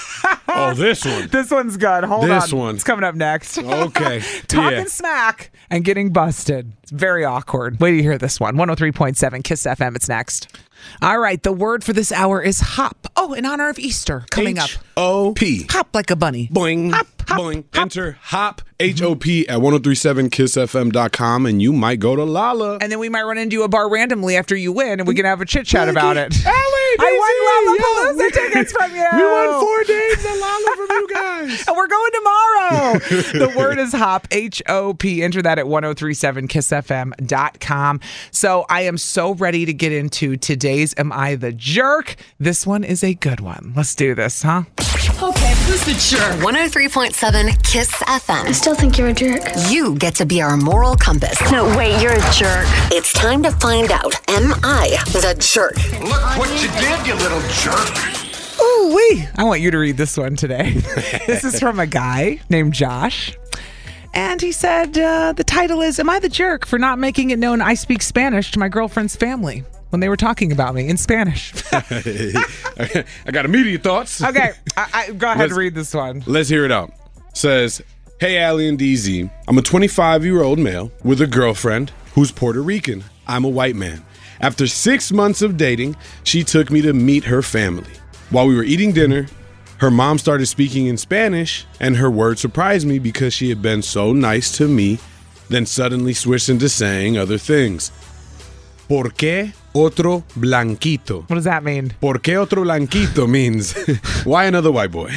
S3: oh, this one.
S2: this one's good. Hold on.
S3: This one.
S2: It's coming up next.
S3: Okay.
S2: talking
S3: Yeah.
S2: smack and getting busted. It's very awkward. Wait to hear this one. 103.7 Kiss FM. It's next. All right. The word for this hour is hop. Oh, in honor of Easter coming up.
S3: O P.
S2: Hop like a bunny.
S3: Boing. Hop, hop, boing. Enter hop, H O
S2: Mm-hmm.
S3: P, at 1037kissfm.com, and you might go to Lala.
S2: And then we might run into a bar randomly after you win, and we can have a chit chat about it.
S3: E,
S9: I
S2: won Lollapalooza tickets from you.
S9: We won four
S3: days of Lala from you guys.
S2: Oh. and we're going tomorrow. the word is hop, H O P. Enter that at 1037kissfm.com. So I am so ready to get into today's Am I the Jerk? This one is a good one. Let's do this, huh?
S1: Okay, who's the jerk? 103.7 Kiss FM. I still think you're a jerk. You get to be our moral compass. No, wait, you're a jerk. It's time to find out Am I the jerk?
S12: Look what you did, you little jerk.
S2: Ooh, wee. I want you to read this one today. this is from a guy named Josh. And he said, uh, the title is Am I the Jerk for Not Making It Known I Speak Spanish to My Girlfriend's Family when they were talking about me in Spanish?
S3: I got immediate thoughts.
S2: Okay, I, I, go ahead
S3: Let's-
S2: and read this one.
S3: Let's hear it out. Says, Hey, Allie and DZ, I'm a 25 year old male with a girlfriend who's Puerto Rican. I'm a white man. After six months of dating, she took me to meet her family. While we were eating dinner, her mom started speaking in Spanish, and her words surprised me because she had been so nice to me, then suddenly switched into saying other things. ¿Por qué otro blanquito?
S2: What does that mean?
S3: ¿Por qué otro blanquito means why another white boy?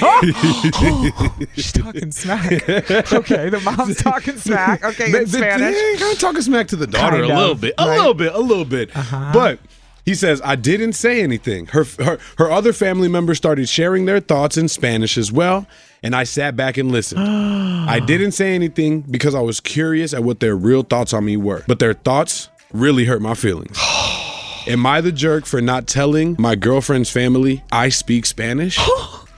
S2: She's talking smack. okay, the mom's talking smack. Okay, in
S3: They- they-
S2: Spanish.
S3: they kinda talking smack to the daughter
S2: Kind
S3: a
S2: of,
S3: little bit, a
S2: right?
S3: little bit, a little bit.
S2: uh-huh.
S3: But he says I didn't say anything. Her, her her other family members started sharing their thoughts in Spanish as well, and I sat back and listened. I didn't say anything because I was curious at what their real thoughts on me were, but their thoughts really hurt my feelings. Am I the jerk for not telling my girlfriend's family I speak Spanish?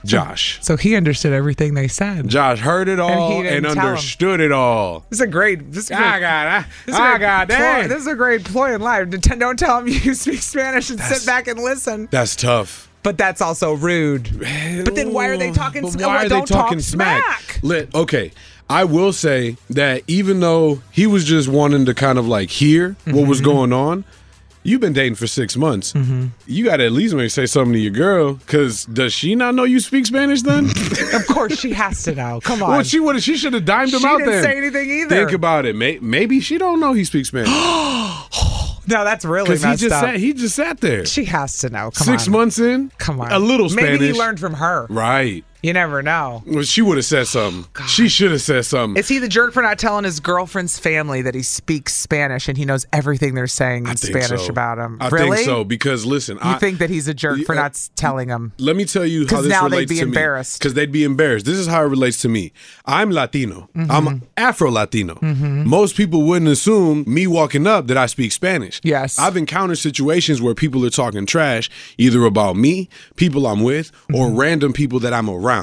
S3: Josh.
S2: So he understood everything they said.
S3: Josh heard it
S2: And he
S3: all
S2: didn't
S3: and,
S2: tell 'em.
S3: understood it all.
S2: This is a great. This is a
S3: I
S2: great,
S3: got- I-
S2: this is a
S3: I
S2: great
S3: got
S2: ploy-
S3: that.
S2: This is a great ploy in life. Don't don't tell him you speak Spanish and sit back and listen.
S3: That's tough.
S2: But that's also rude. But then why are they talking?
S3: But
S2: sm-
S3: why
S2: oh,
S3: are they
S2: don't
S3: talking
S2: talk
S3: smack? Let, okay, I will say that even though he was just wanting to kind of like hear
S2: Mm-hmm.
S3: what was going on, you've been dating for six months. You got to at least maybe say something to your girl, because does she not know you speak Spanish? Then
S2: of course she has to know. Come on.
S3: well, she would. She should have dimed him
S2: She
S3: out.
S2: didn't
S3: then.
S2: say anything either.
S3: Think about it. May, maybe she don't know he speaks Spanish.
S2: no, that's really
S3: 'Cause
S2: messed
S3: he just
S2: up.
S3: sat- he just sat there.
S2: She has to know. Come
S3: six
S2: on.
S3: months in,
S2: Come on.
S3: a little Spanish.
S2: Maybe he learned from her.
S3: Right.
S2: You never know.
S3: Well, she would have said something. She should have said something.
S2: Is he the jerk for not telling his girlfriend's family that he speaks Spanish and he knows everything they're saying in
S3: think
S2: Spanish
S3: so.
S2: about him?
S3: I
S2: really?
S3: think so because listen,
S2: You
S3: I
S2: think that he's a jerk for
S3: Yeah,
S2: not s- telling him?
S3: Let me tell you how
S2: 'Cause
S3: this
S2: now they'd
S3: relates
S2: be
S3: to
S2: embarrassed.
S3: Because they'd be embarrassed. This is how it relates to me. I'm Latino.
S2: Mm-hmm.
S3: I'm Afro Latino. Most people wouldn't assume me walking up that I speak Spanish.
S2: Yes.
S3: I've encountered situations where people are talking trash either about me, people I'm with, or
S2: Mm-hmm.
S3: random people that I'm around.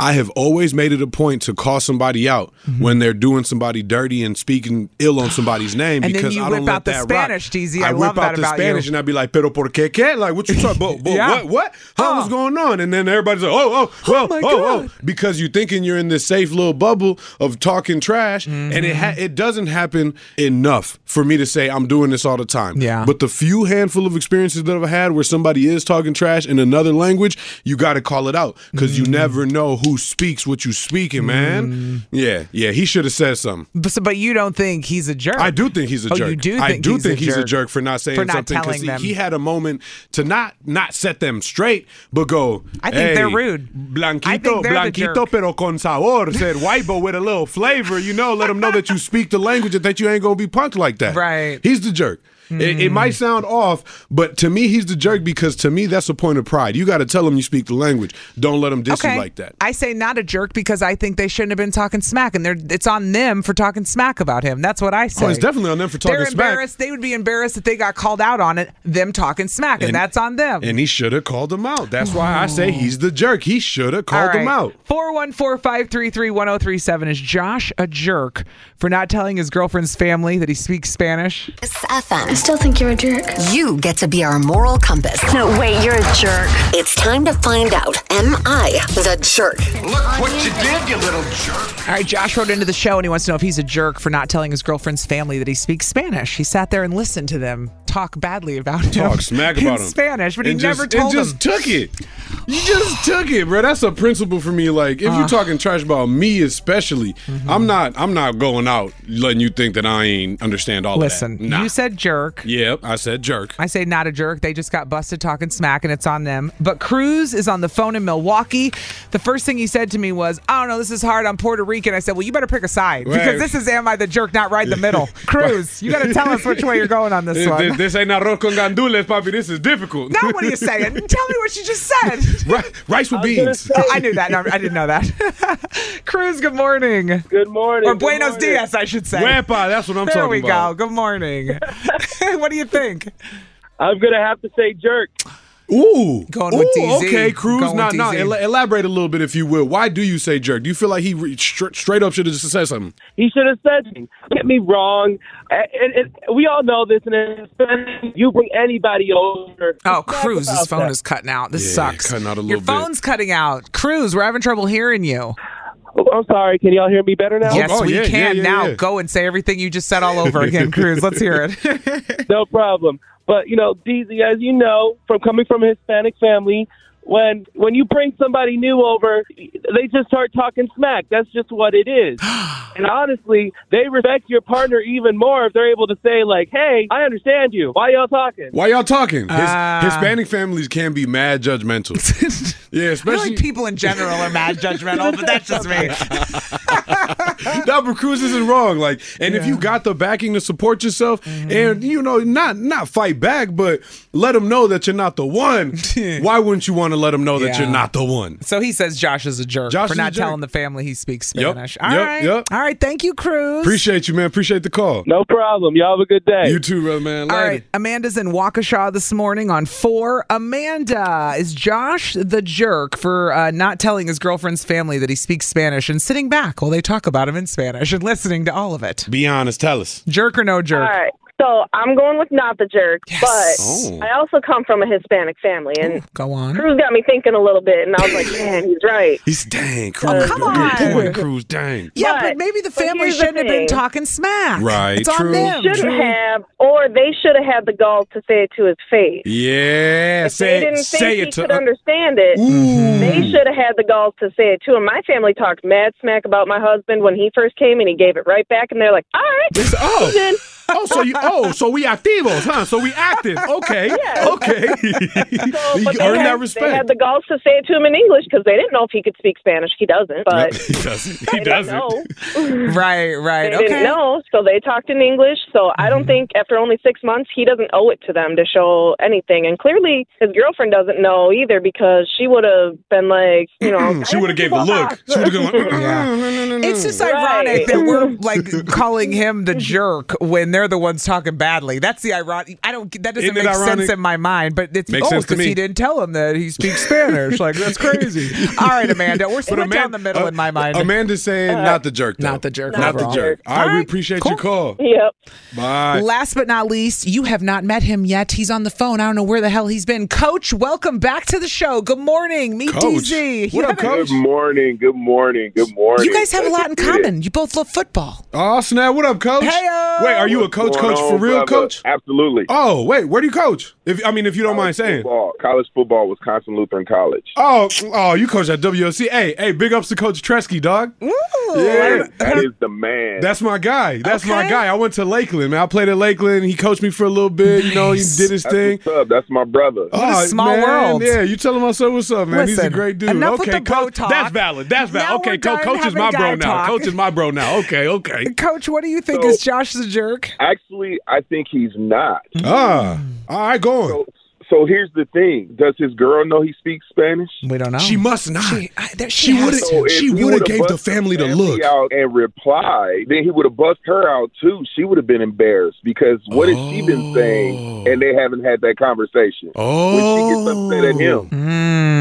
S3: I have always made it a point to call somebody out
S2: Mm-hmm.
S3: when they're doing somebody dirty and speaking ill on somebody's name
S2: And then
S3: because
S2: you
S3: I don't
S2: whip
S3: let
S2: out the
S3: that rock.
S2: Spanish, DZ. I
S3: whip
S2: love
S3: out
S2: that
S3: the
S2: about you.
S3: Spanish and I'd be like, "Pero por qué qué? Like, what you talking? But, but
S2: Yeah.
S3: what? What? Huh, What's going on?" And then everybody's like, "Oh, oh, well, oh, oh, because you're thinking you're in this safe little bubble of talking trash, and it
S2: Mm-hmm.
S3: ha- it doesn't happen enough for me to say I'm doing this all the time.
S2: Yeah.
S3: But the few handful of experiences that I've had where somebody is talking trash in another language, you got to call it out because
S2: Mm-hmm.
S3: you never know who speaks what you speaking, man.
S2: Mm-hmm.
S3: Yeah, yeah. He should have said something.
S2: But, so- but you don't think he's a jerk?
S3: I do think he's a
S2: Oh,
S3: jerk.
S2: you do
S3: I
S2: think
S3: do
S2: he's
S3: think
S2: a
S3: he's a
S2: jerk.
S3: jerk for not saying
S2: For not
S3: something
S2: telling
S3: he,
S2: them.
S3: he had a moment to not not set them straight, but go.
S2: I think they're
S3: "Hey,
S2: rude. I
S3: Blanquito,
S2: think they're the
S3: blanquito,
S2: jerk."
S3: pero con sabor. Said white, but with a little flavor. You know, let them know that you speak the language and that you ain't gonna be punked like that. Right. He's the jerk. It,
S2: Hmm.
S3: it might sound off, but to me, he's the jerk because to me, that's a point of pride. You got to tell him you speak the language. Don't let him diss
S2: Okay.
S3: you like that.
S2: I say not a jerk because I think they shouldn't have been talking smack, and they're, it's on them for talking smack about him. That's what I say.
S3: Oh, it's definitely on them for talking
S2: They're
S3: smack.
S2: embarrassed. They would be embarrassed that they got called out on it. Them talking smack, and,
S3: And-
S2: that's on them.
S3: And he should have called him out. That's why I say he's the jerk. He should have called him out.
S2: 414-533-1037 is Josh a jerk for not telling his girlfriend's family that he speaks Spanish?
S1: I still think you're a jerk. You get to be our moral compass. No, wait, you're a jerk. It's time to find out. Am I the jerk?
S12: Look what you did, you little jerk.
S2: All right, Josh wrote into the show and he wants to know if he's a jerk for not telling his girlfriend's family that he speaks Spanish. He sat there and listened to them talk badly about him.
S3: Talk smack about
S2: in
S3: him.
S2: Spanish, but
S3: And
S2: he
S3: just-
S2: never told
S3: and
S2: them.
S3: just took it. You just took it, bro. That's a principle for me. Like, if
S2: Uh.
S3: you're talking trash about me, especially,
S2: Mm-hmm.
S3: I'm not. I'm not going out letting you think that I ain't understand all
S2: Listen,
S3: of that. Nah.
S2: you said jerk.
S3: Yep, I said jerk.
S2: I say not a jerk. They just got busted talking smack and it's on them. But Cruz is on the phone in Milwaukee. The first thing he said to me was, I don't know, this is hard. I'm Puerto Rican. I said, Well, you better pick a side
S3: Right.
S2: because this is Am I the Jerk, not right in the middle. Cruz, you got to tell us which way you're going on this
S3: This,
S2: one.
S3: this ain't arroz con gandules, papi. This is difficult.
S2: Now, what are you saying? Tell me what you just said.
S3: Ri- rice with beans.
S2: Oh, I knew that. No, I didn't know that. Cruz, good morning.
S13: Good morning.
S2: Or
S13: good
S2: buenos
S13: morning.
S2: dias, I should say.
S3: Grandpa, that's what I'm
S2: there
S3: talking
S2: we
S3: about.
S2: go. Good morning. what do you think?
S13: I'm gonna have to say jerk.
S3: Ooh,
S2: Going with
S3: Ooh,
S2: DZ.
S3: Okay, Cruz.
S2: Going
S3: Now,
S2: with
S3: now,
S2: DZ.
S3: el- elaborate a little bit, if you will. Why do you say jerk? Do you feel like he re- str- straight up should have just said something?
S13: He should have said me. Get me wrong. A- And, and we all know this. And it's- you bring anybody over.
S2: Oh, Cruz's phone is cutting out. This
S3: Yeah,
S2: sucks.
S3: cutting out a
S2: Your
S3: little bit.
S2: phone's cutting out. Cruz, we're having trouble hearing you.
S13: Oh, I'm sorry. Can y'all hear me better
S3: Oh,
S13: now?
S2: Yes, we can now.
S13: Oh, yeah.
S2: Go and say everything you just said all over again, Cruz. Let's hear it.
S13: no problem. But you know, DZ, as you know, from coming from a Hispanic family, when when you bring somebody new over, they just start talking smack. That's just what it is. And honestly, they respect your partner even more if they're able to say like, "Hey, I understand you. Why y'all talking?"
S3: Why y'all talking? His,
S2: Ah.
S3: Hispanic families can be mad judgmental. yeah, especially
S2: people in general are mad judgmental, Oh, but that's just me.
S3: no, but Cruz isn't wrong. Like, and if you got the backing to support yourself,
S2: Mm-hmm.
S3: and you know, not not fight back, but let them know that you're not the one. Why wouldn't you want to let them know that
S2: Yeah.
S3: you're not the one?
S2: So he says Josh is a jerk
S3: Josh
S2: for
S3: is a
S2: not
S3: jerk.
S2: telling the family he speaks
S3: Yep,
S2: Spanish. All right,
S3: yep, yep.
S2: All right. Thank you, Cruz.
S3: Appreciate you, man. Appreciate the call.
S13: No problem. Y'all have a good day.
S3: You too, brother, man.
S2: All
S3: Later.
S2: right. Amanda's in Waukesha this morning on four. Amanda, is Josh the jerk for uh, not telling his girlfriend's family that he speaks Spanish and sitting back while they talk about him in Spanish and listening to all of it?
S3: Be honest. Tell us.
S2: Jerk or no jerk?
S14: All right. So I'm going with not the jerk,
S2: Oh.
S14: but I also come from a Hispanic family, and
S3: Oh,
S2: Go on.
S14: Cruz got me thinking a little bit, and I was like, man, he's right.
S3: He's dang,
S2: Oh,
S3: Cruz.
S14: come
S3: Good
S14: on.
S3: point, Cruz. Dang.
S2: Yeah, but, maybe the family
S14: here's the
S2: shouldn't have
S14: thing.
S2: been talking smack.
S3: Right,
S2: It's on
S3: true.
S2: them.
S14: Should have, or they should have had the gall to say it to his face.
S3: Yeah,
S14: If
S3: say
S14: they didn't
S3: it, say
S14: think
S3: it
S14: he
S3: to
S14: could understand it.
S2: Mm-hmm.
S14: They should have had the gall to say it too. And my family talked mad smack about my husband when he first came, and he gave it right back. And they're like, "All right,
S3: oh.
S14: then."
S3: Oh, so you oh, so we activos, huh? So we active. Okay. Okay.
S14: So,
S3: you
S14: but they
S3: earn
S14: had- They
S3: that
S14: had
S3: respect.
S14: the gall to say it to him in English because they didn't know if he could speak Spanish. He doesn't, but
S3: he doesn't.
S14: He doesn't.
S2: right, right.
S14: they
S2: okay.
S14: didn't know, so they talked in English. So I
S3: Mm-hmm.
S14: don't think after only six months he doesn't owe it to them to show anything. And clearly his girlfriend doesn't know either because she would have been like, you know,
S3: she would have gave a look. She would have gone.
S2: Mm, It's just
S14: Right.
S2: ironic that we're like calling him the jerk when they're the ones talking badly. That's the ironic. I don't. That doesn't
S3: Isn't it
S2: make sense
S3: ironic?
S2: in my mind. But it's
S3: Makes
S2: oh,
S3: sense to
S2: because he
S3: me.
S2: didn't tell him that he speaks Spanish. like that's crazy. All right, Amanda, we're split down the middle in my mind.
S3: Uh, Amanda's saying not the jerk. Though. Not the
S2: jerk
S3: Not
S2: overall.
S3: the jerk. All right, we appreciate your call.
S14: Yep.
S3: Bye.
S2: Last but not least, you have not met him yet. He's on the phone. I don't know where the hell he's been. Coach, welcome back to the show. Good morning. Meet DZ. You haven't-
S15: Good morning. Good morning. Good morning.
S2: You guys have a lot in common. You both love football.
S3: Oh snap! What up, coach?
S2: Hey-o.
S3: Wait, are you a
S15: What's
S3: coach?
S15: going
S3: Coach
S15: on,
S3: for real,
S15: brother?
S3: coach?
S15: Absolutely.
S3: Oh wait, where do you coach? If I mean, if you don't mind saying.
S15: Football, college football, Wisconsin Lutheran College.
S3: Oh, oh, you coach at WLC. Hey, hey, big ups to Coach Tresky, dog.
S2: Oh,
S15: Yeah, that is the man.
S3: That's my guy. That's my guy. I went to Lakeland, man. I played at Lakeland. He coached me for a little bit. You know, he did his
S15: That's
S3: thing.
S15: what's up. That's my brother.
S3: Oh, man, Yeah, you tell him I said what's up, man. He's a
S15: Listen,
S3: great dude.
S15: enough with
S3: okay,
S15: the bro
S3: coach.
S15: talk.
S3: That's valid. That's valid.
S15: Now
S3: okay,
S15: we're
S3: coach.
S15: done
S3: Coach is
S15: having
S3: my bro
S15: guy
S3: now.
S15: talk.
S3: Coach is my bro now. Okay, okay.
S2: Coach, what do you think?
S15: So-
S2: is Josh the jerk?
S15: Actually, I think he's not.
S3: Ah, all right, go on.
S15: So, so here's the thing: Does his girl know he speaks Spanish?
S2: We don't know.
S3: She must not. She,
S15: So if he would've bust out and replied. Then he would have bust her out too. She would have been embarrassed because what has she been saying? And they haven't had that conversation. Oh, when she gets upset at him.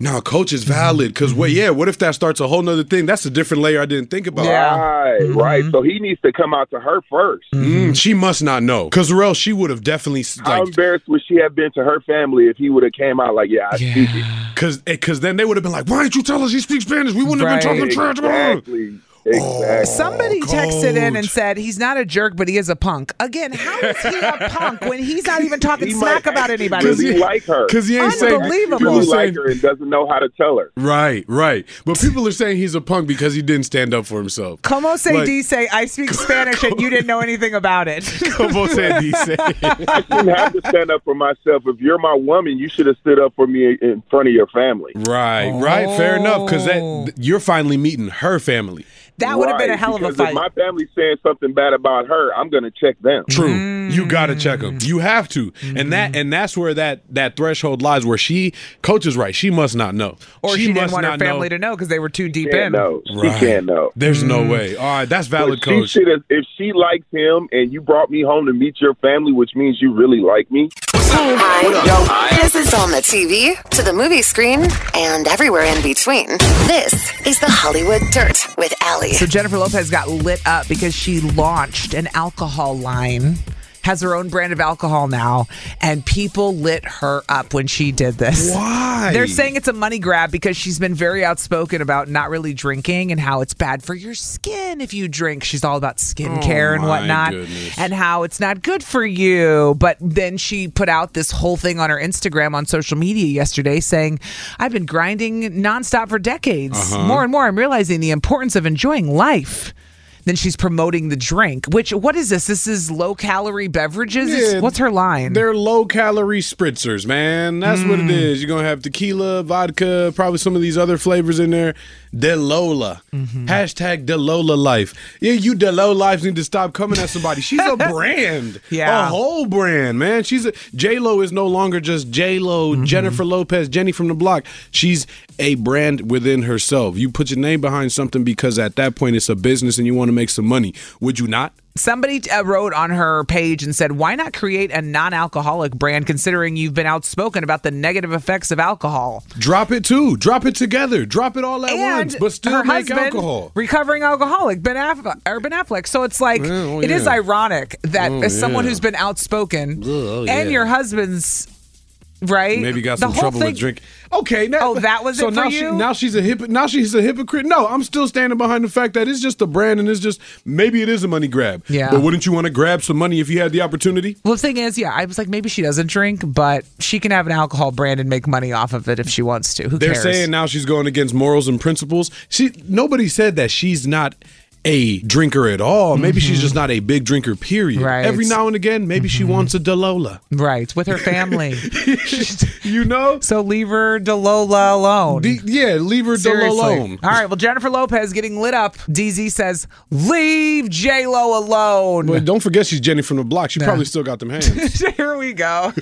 S3: Now, coach is valid because wait, yeah. What if that starts a whole nother thing? That's a different layer I didn't think about.
S15: Right,
S3: Mm-hmm.
S15: right. So he needs to come out to her first.
S3: Mm, she must not know because or else she would have definitely s-
S15: How
S3: like
S15: embarrassed would she have been to her family if he would have came out like, yeah, I speak it.
S3: because because eh, then they would have been like, why didn't you tell us you speak Spanish? We wouldn't have been talking trash. about her."
S15: Exactly. Exactly.
S2: Somebody texted in and said he's not a jerk, but he is a punk. Again, how is he a punk when he's not even talking smack about anybody?
S15: Really like her
S3: 'Cause he ain't saying-
S2: Unbelievable.
S15: Really like
S3: saying-
S15: her and doesn't know how to tell her.
S3: Right, right. But people are saying he's a punk because he didn't stand up for himself.
S2: Como se
S3: Like-
S2: dice? I speak Spanish and you didn't know anything about it.
S3: Como se dice?
S15: I shouldn't have to stand up for myself. If you're my woman, you should have stood up for me in front of your family.
S3: Right, right. Fair enough because that you're finally meeting her family.
S2: Oh. That would have been a
S15: Right,
S2: hell of a
S15: because if
S2: fight.
S15: my family's saying something bad about her, I'm going to check them.
S3: True.
S2: Mm.
S3: You gotta check them. You have to, and
S2: Mm-hmm.
S3: that and that's where that that threshold lies. Where she, coach is right. She must not know,
S2: or she, didn't
S3: must
S2: want her
S3: not know.
S2: family to know because they were too deep in.
S3: Right. There's
S2: Mm.
S3: no way. All right, that's valid,
S15: But she
S3: coach.
S15: should have- if she likes him and you brought me home to meet your family, which means you really like me.
S1: Hi. This is on the TV, to the movie screen, and everywhere in between. This is the Hollywood Dirt with Allie.
S2: So Jennifer Lopez got lit up because she launched an alcohol line has her own brand of alcohol now, and people lit her up when she did this.
S9: Why?
S2: They're saying it's a money grab because she's been very outspoken about not really drinking and how it's bad for your skin if you drink. She's all about skincare and
S9: Oh my
S2: whatnot
S9: goodness.
S2: and how it's not good for you. But then she put out this whole thing on her Instagram on social media yesterday saying, I've been grinding nonstop for decades.
S9: Uh-huh.
S2: More and more, I'm realizing the importance of enjoying life. Then she's promoting the drink, which, what is this? This is low calorie beverages? It's-
S3: Yeah,
S2: What's her line? Hmm.
S3: They're low calorie spritzers, man. That's what it is. You're gonna have tequila, vodka, probably some of these other flavors in there. Delola.
S2: Mm-hmm.
S3: Hashtag Delola life. Yeah, you Delola lives need to stop coming at somebody. She's a brand.
S9: Yeah.
S3: A whole brand, man. She's a J Lo is no longer just J Lo,
S2: Mm-hmm.
S3: Jennifer Lopez, Jenny from the block. She's a brand within herself. You put your name behind something because at that point it's a business and you want to make some money. Would you not?
S2: Somebody uh, wrote on her page and said, Why not create a non alcoholic brand considering you've been outspoken about the negative effects of alcohol?
S3: Drop it too. Drop it together. Drop it all at
S2: and
S3: once, but still
S2: her
S3: make
S2: husband,
S3: alcohol.
S2: Recovering alcoholic, Ben Affleck, or Ben Affleck. So it's like
S3: oh,
S2: it is
S3: yeah.
S2: ironic that
S3: Oh,
S2: as someone
S3: yeah.
S2: who's been outspoken
S3: oh,
S2: and
S3: yeah.
S2: your husband's right,
S3: Maybe got
S2: The
S3: some
S2: whole
S3: trouble with
S2: thing-
S3: drink. Okay, now,
S2: Oh, that was
S3: so
S2: it for
S3: now She,
S2: you?
S3: now she's a hypo, now she's a hypocrite. No, I'm still standing behind the fact that it's just a brand and it's just maybe it is a money grab.
S2: Yeah.
S3: But wouldn't you want to grab some money if you had the opportunity?
S2: Well, the thing is, yeah, I was like, maybe she doesn't drink, but she can have an alcohol brand and make money off of it if she wants to. Who
S3: They're
S2: cares?
S3: saying now she's going against morals and principles. She nobody said that she's not a drinker at all. Maybe she's just not a big drinker. Period.
S2: Mm-hmm. Right. Mm-hmm.
S3: Every now and again, maybe she wants a Delola.
S2: Right, with her family.
S3: you know?
S2: So leave her Delola alone.
S3: yeah, leave her
S2: Seriously.
S3: alone.
S2: All right, well, Jennifer Lopez getting lit up. DZ says, leave J-Lo alone.
S3: But don't forget she's Jenny from the block. She
S2: Yeah.
S3: probably still got them hands.
S2: Here we go.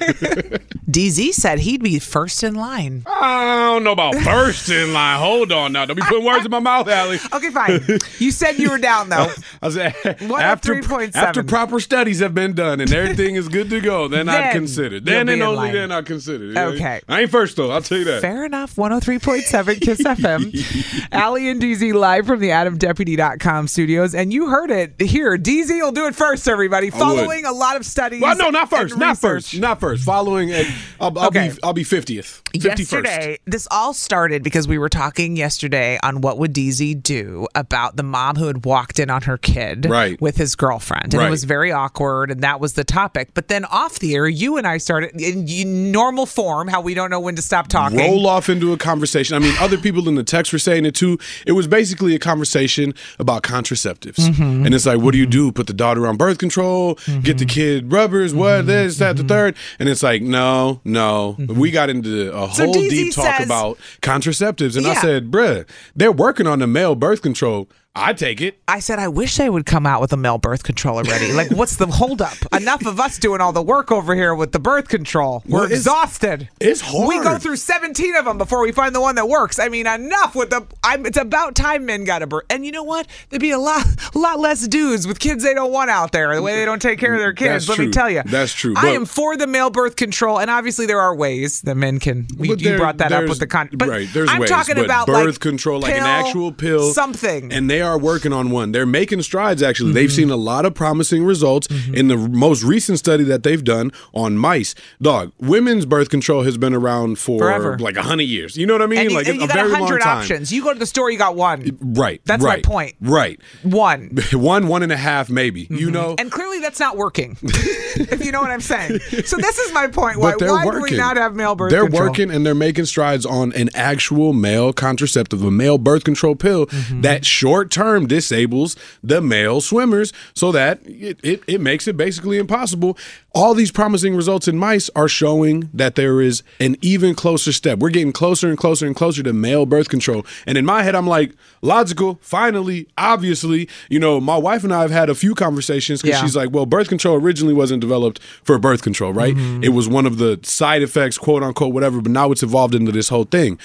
S2: DZ said he'd be first in line.
S3: I don't know about first in line. Hold on now. Don't be putting words in my mouth, Allie.
S2: Okay, fine. You said you were down though.
S3: I said after,
S2: 103.7.
S3: after proper studies have been done and everything is good to go, then, I'd
S2: Then
S3: consider.
S2: you'll
S3: Then
S2: be
S3: and
S2: in
S3: only
S2: line.
S3: then I consider.
S2: Okay.
S3: I ain't first though. I'll tell you that.
S2: Fair enough. 103.7 Kiss FM. Allie and DZ live from the AdamDeputy.com studios. And you heard it here. DZ will do it first, everybody.
S3: I would.
S2: Following a lot of studies.
S3: Well, no, not first.
S2: and
S3: Not
S2: research.
S3: first. Not first. Following, and I'll, I'll
S2: Okay.
S3: be I'll be fiftieth. Fifty first.
S2: Yesterday, this all started because we were talking yesterday on what would DZ do about the mom who had walked in on her kid
S3: Right.
S2: with his girlfriend. And it
S3: Right.
S2: was very awkward, and that was the topic. But then off the air, you and I started in y- normal form, how we don't know when to stop talking.
S3: roll off into a conversation. I mean, other people in the text were saying it too. It was basically a conversation about contraceptives.
S9: Mhm.
S3: And it's like, what do you do? Put the daughter on birth control, get the kid rubbers, what, this, that, the third. And it's like, no, no. We got into a
S9: So
S3: whole
S9: DZ
S3: deep talk
S9: says-
S3: about contraceptives. And I
S2: Yeah.
S3: said, bruh, they're working on the male birth control. I take it.
S2: I said, I wish they would come out with a male birth control already. like, what's the holdup? Enough of us doing all the work over here with the birth control. We're
S3: Well, it's-
S2: exhausted.
S3: it's
S2: We go
S3: hard.
S2: through 17 of them before we find the one that works. I mean, enough with the. I'm, it's about time men got a birth. And you know what? There'd be a lot, lot less dudes with kids they don't want out there, the way they don't take care of their kids.
S3: That's
S2: let me
S3: true.
S2: tell you.
S3: That's true.
S2: I
S3: But-
S2: am for the male birth control, and obviously there are ways that men can. we-
S3: But
S2: you
S3: there-
S2: brought that up
S3: there's-
S2: with the con. But
S3: right, there's
S2: I'm
S3: ways,
S2: talking
S3: but
S2: about
S3: birth
S2: like,
S3: control, like an
S2: pill,
S3: actual pill,
S2: something. Mm-hmm.
S3: and they are working on one. They're making strides. Actually, they've seen a lot of promising results in the most recent study that they've done on mice. Dog, women's birth control has been around for
S2: Forever.
S3: like hundred years. You know what I mean?
S2: and you,
S3: like
S2: and
S3: a-
S2: you
S3: a
S2: got
S3: very long
S2: 100
S3: time.
S2: options. You go to the store, you got one.
S3: Right.
S2: That's my
S3: right,
S2: point.
S3: Right.
S2: One. Mm-hmm.
S3: one, one and a half, maybe. You know.
S2: And clearly that's not working, if you know what I'm saying. So this is my point. Why,
S3: But they're
S2: why do
S3: working.
S2: we not have male birth
S3: They're
S2: control?
S3: working and they're making strides on an actual male contraceptive, a male birth control pill
S2: Mm-hmm.
S3: that short term disables the male swimmers so that it, it, it makes it basically impossible. All these promising results in mice are showing that there is an even closer step. We're getting closer and closer and closer to male birth control. And in my head, I'm like, logical, finally, obviously. You know, my wife and I have had a few conversations because
S9: Yeah.
S3: she's like, like, well, birth control originally wasn't developed for birth control, right?
S2: Mm-hmm.
S3: It was one of the side effects, quote unquote, whatever, but now it's
S2: Mm-hmm.
S3: evolved into this whole thing.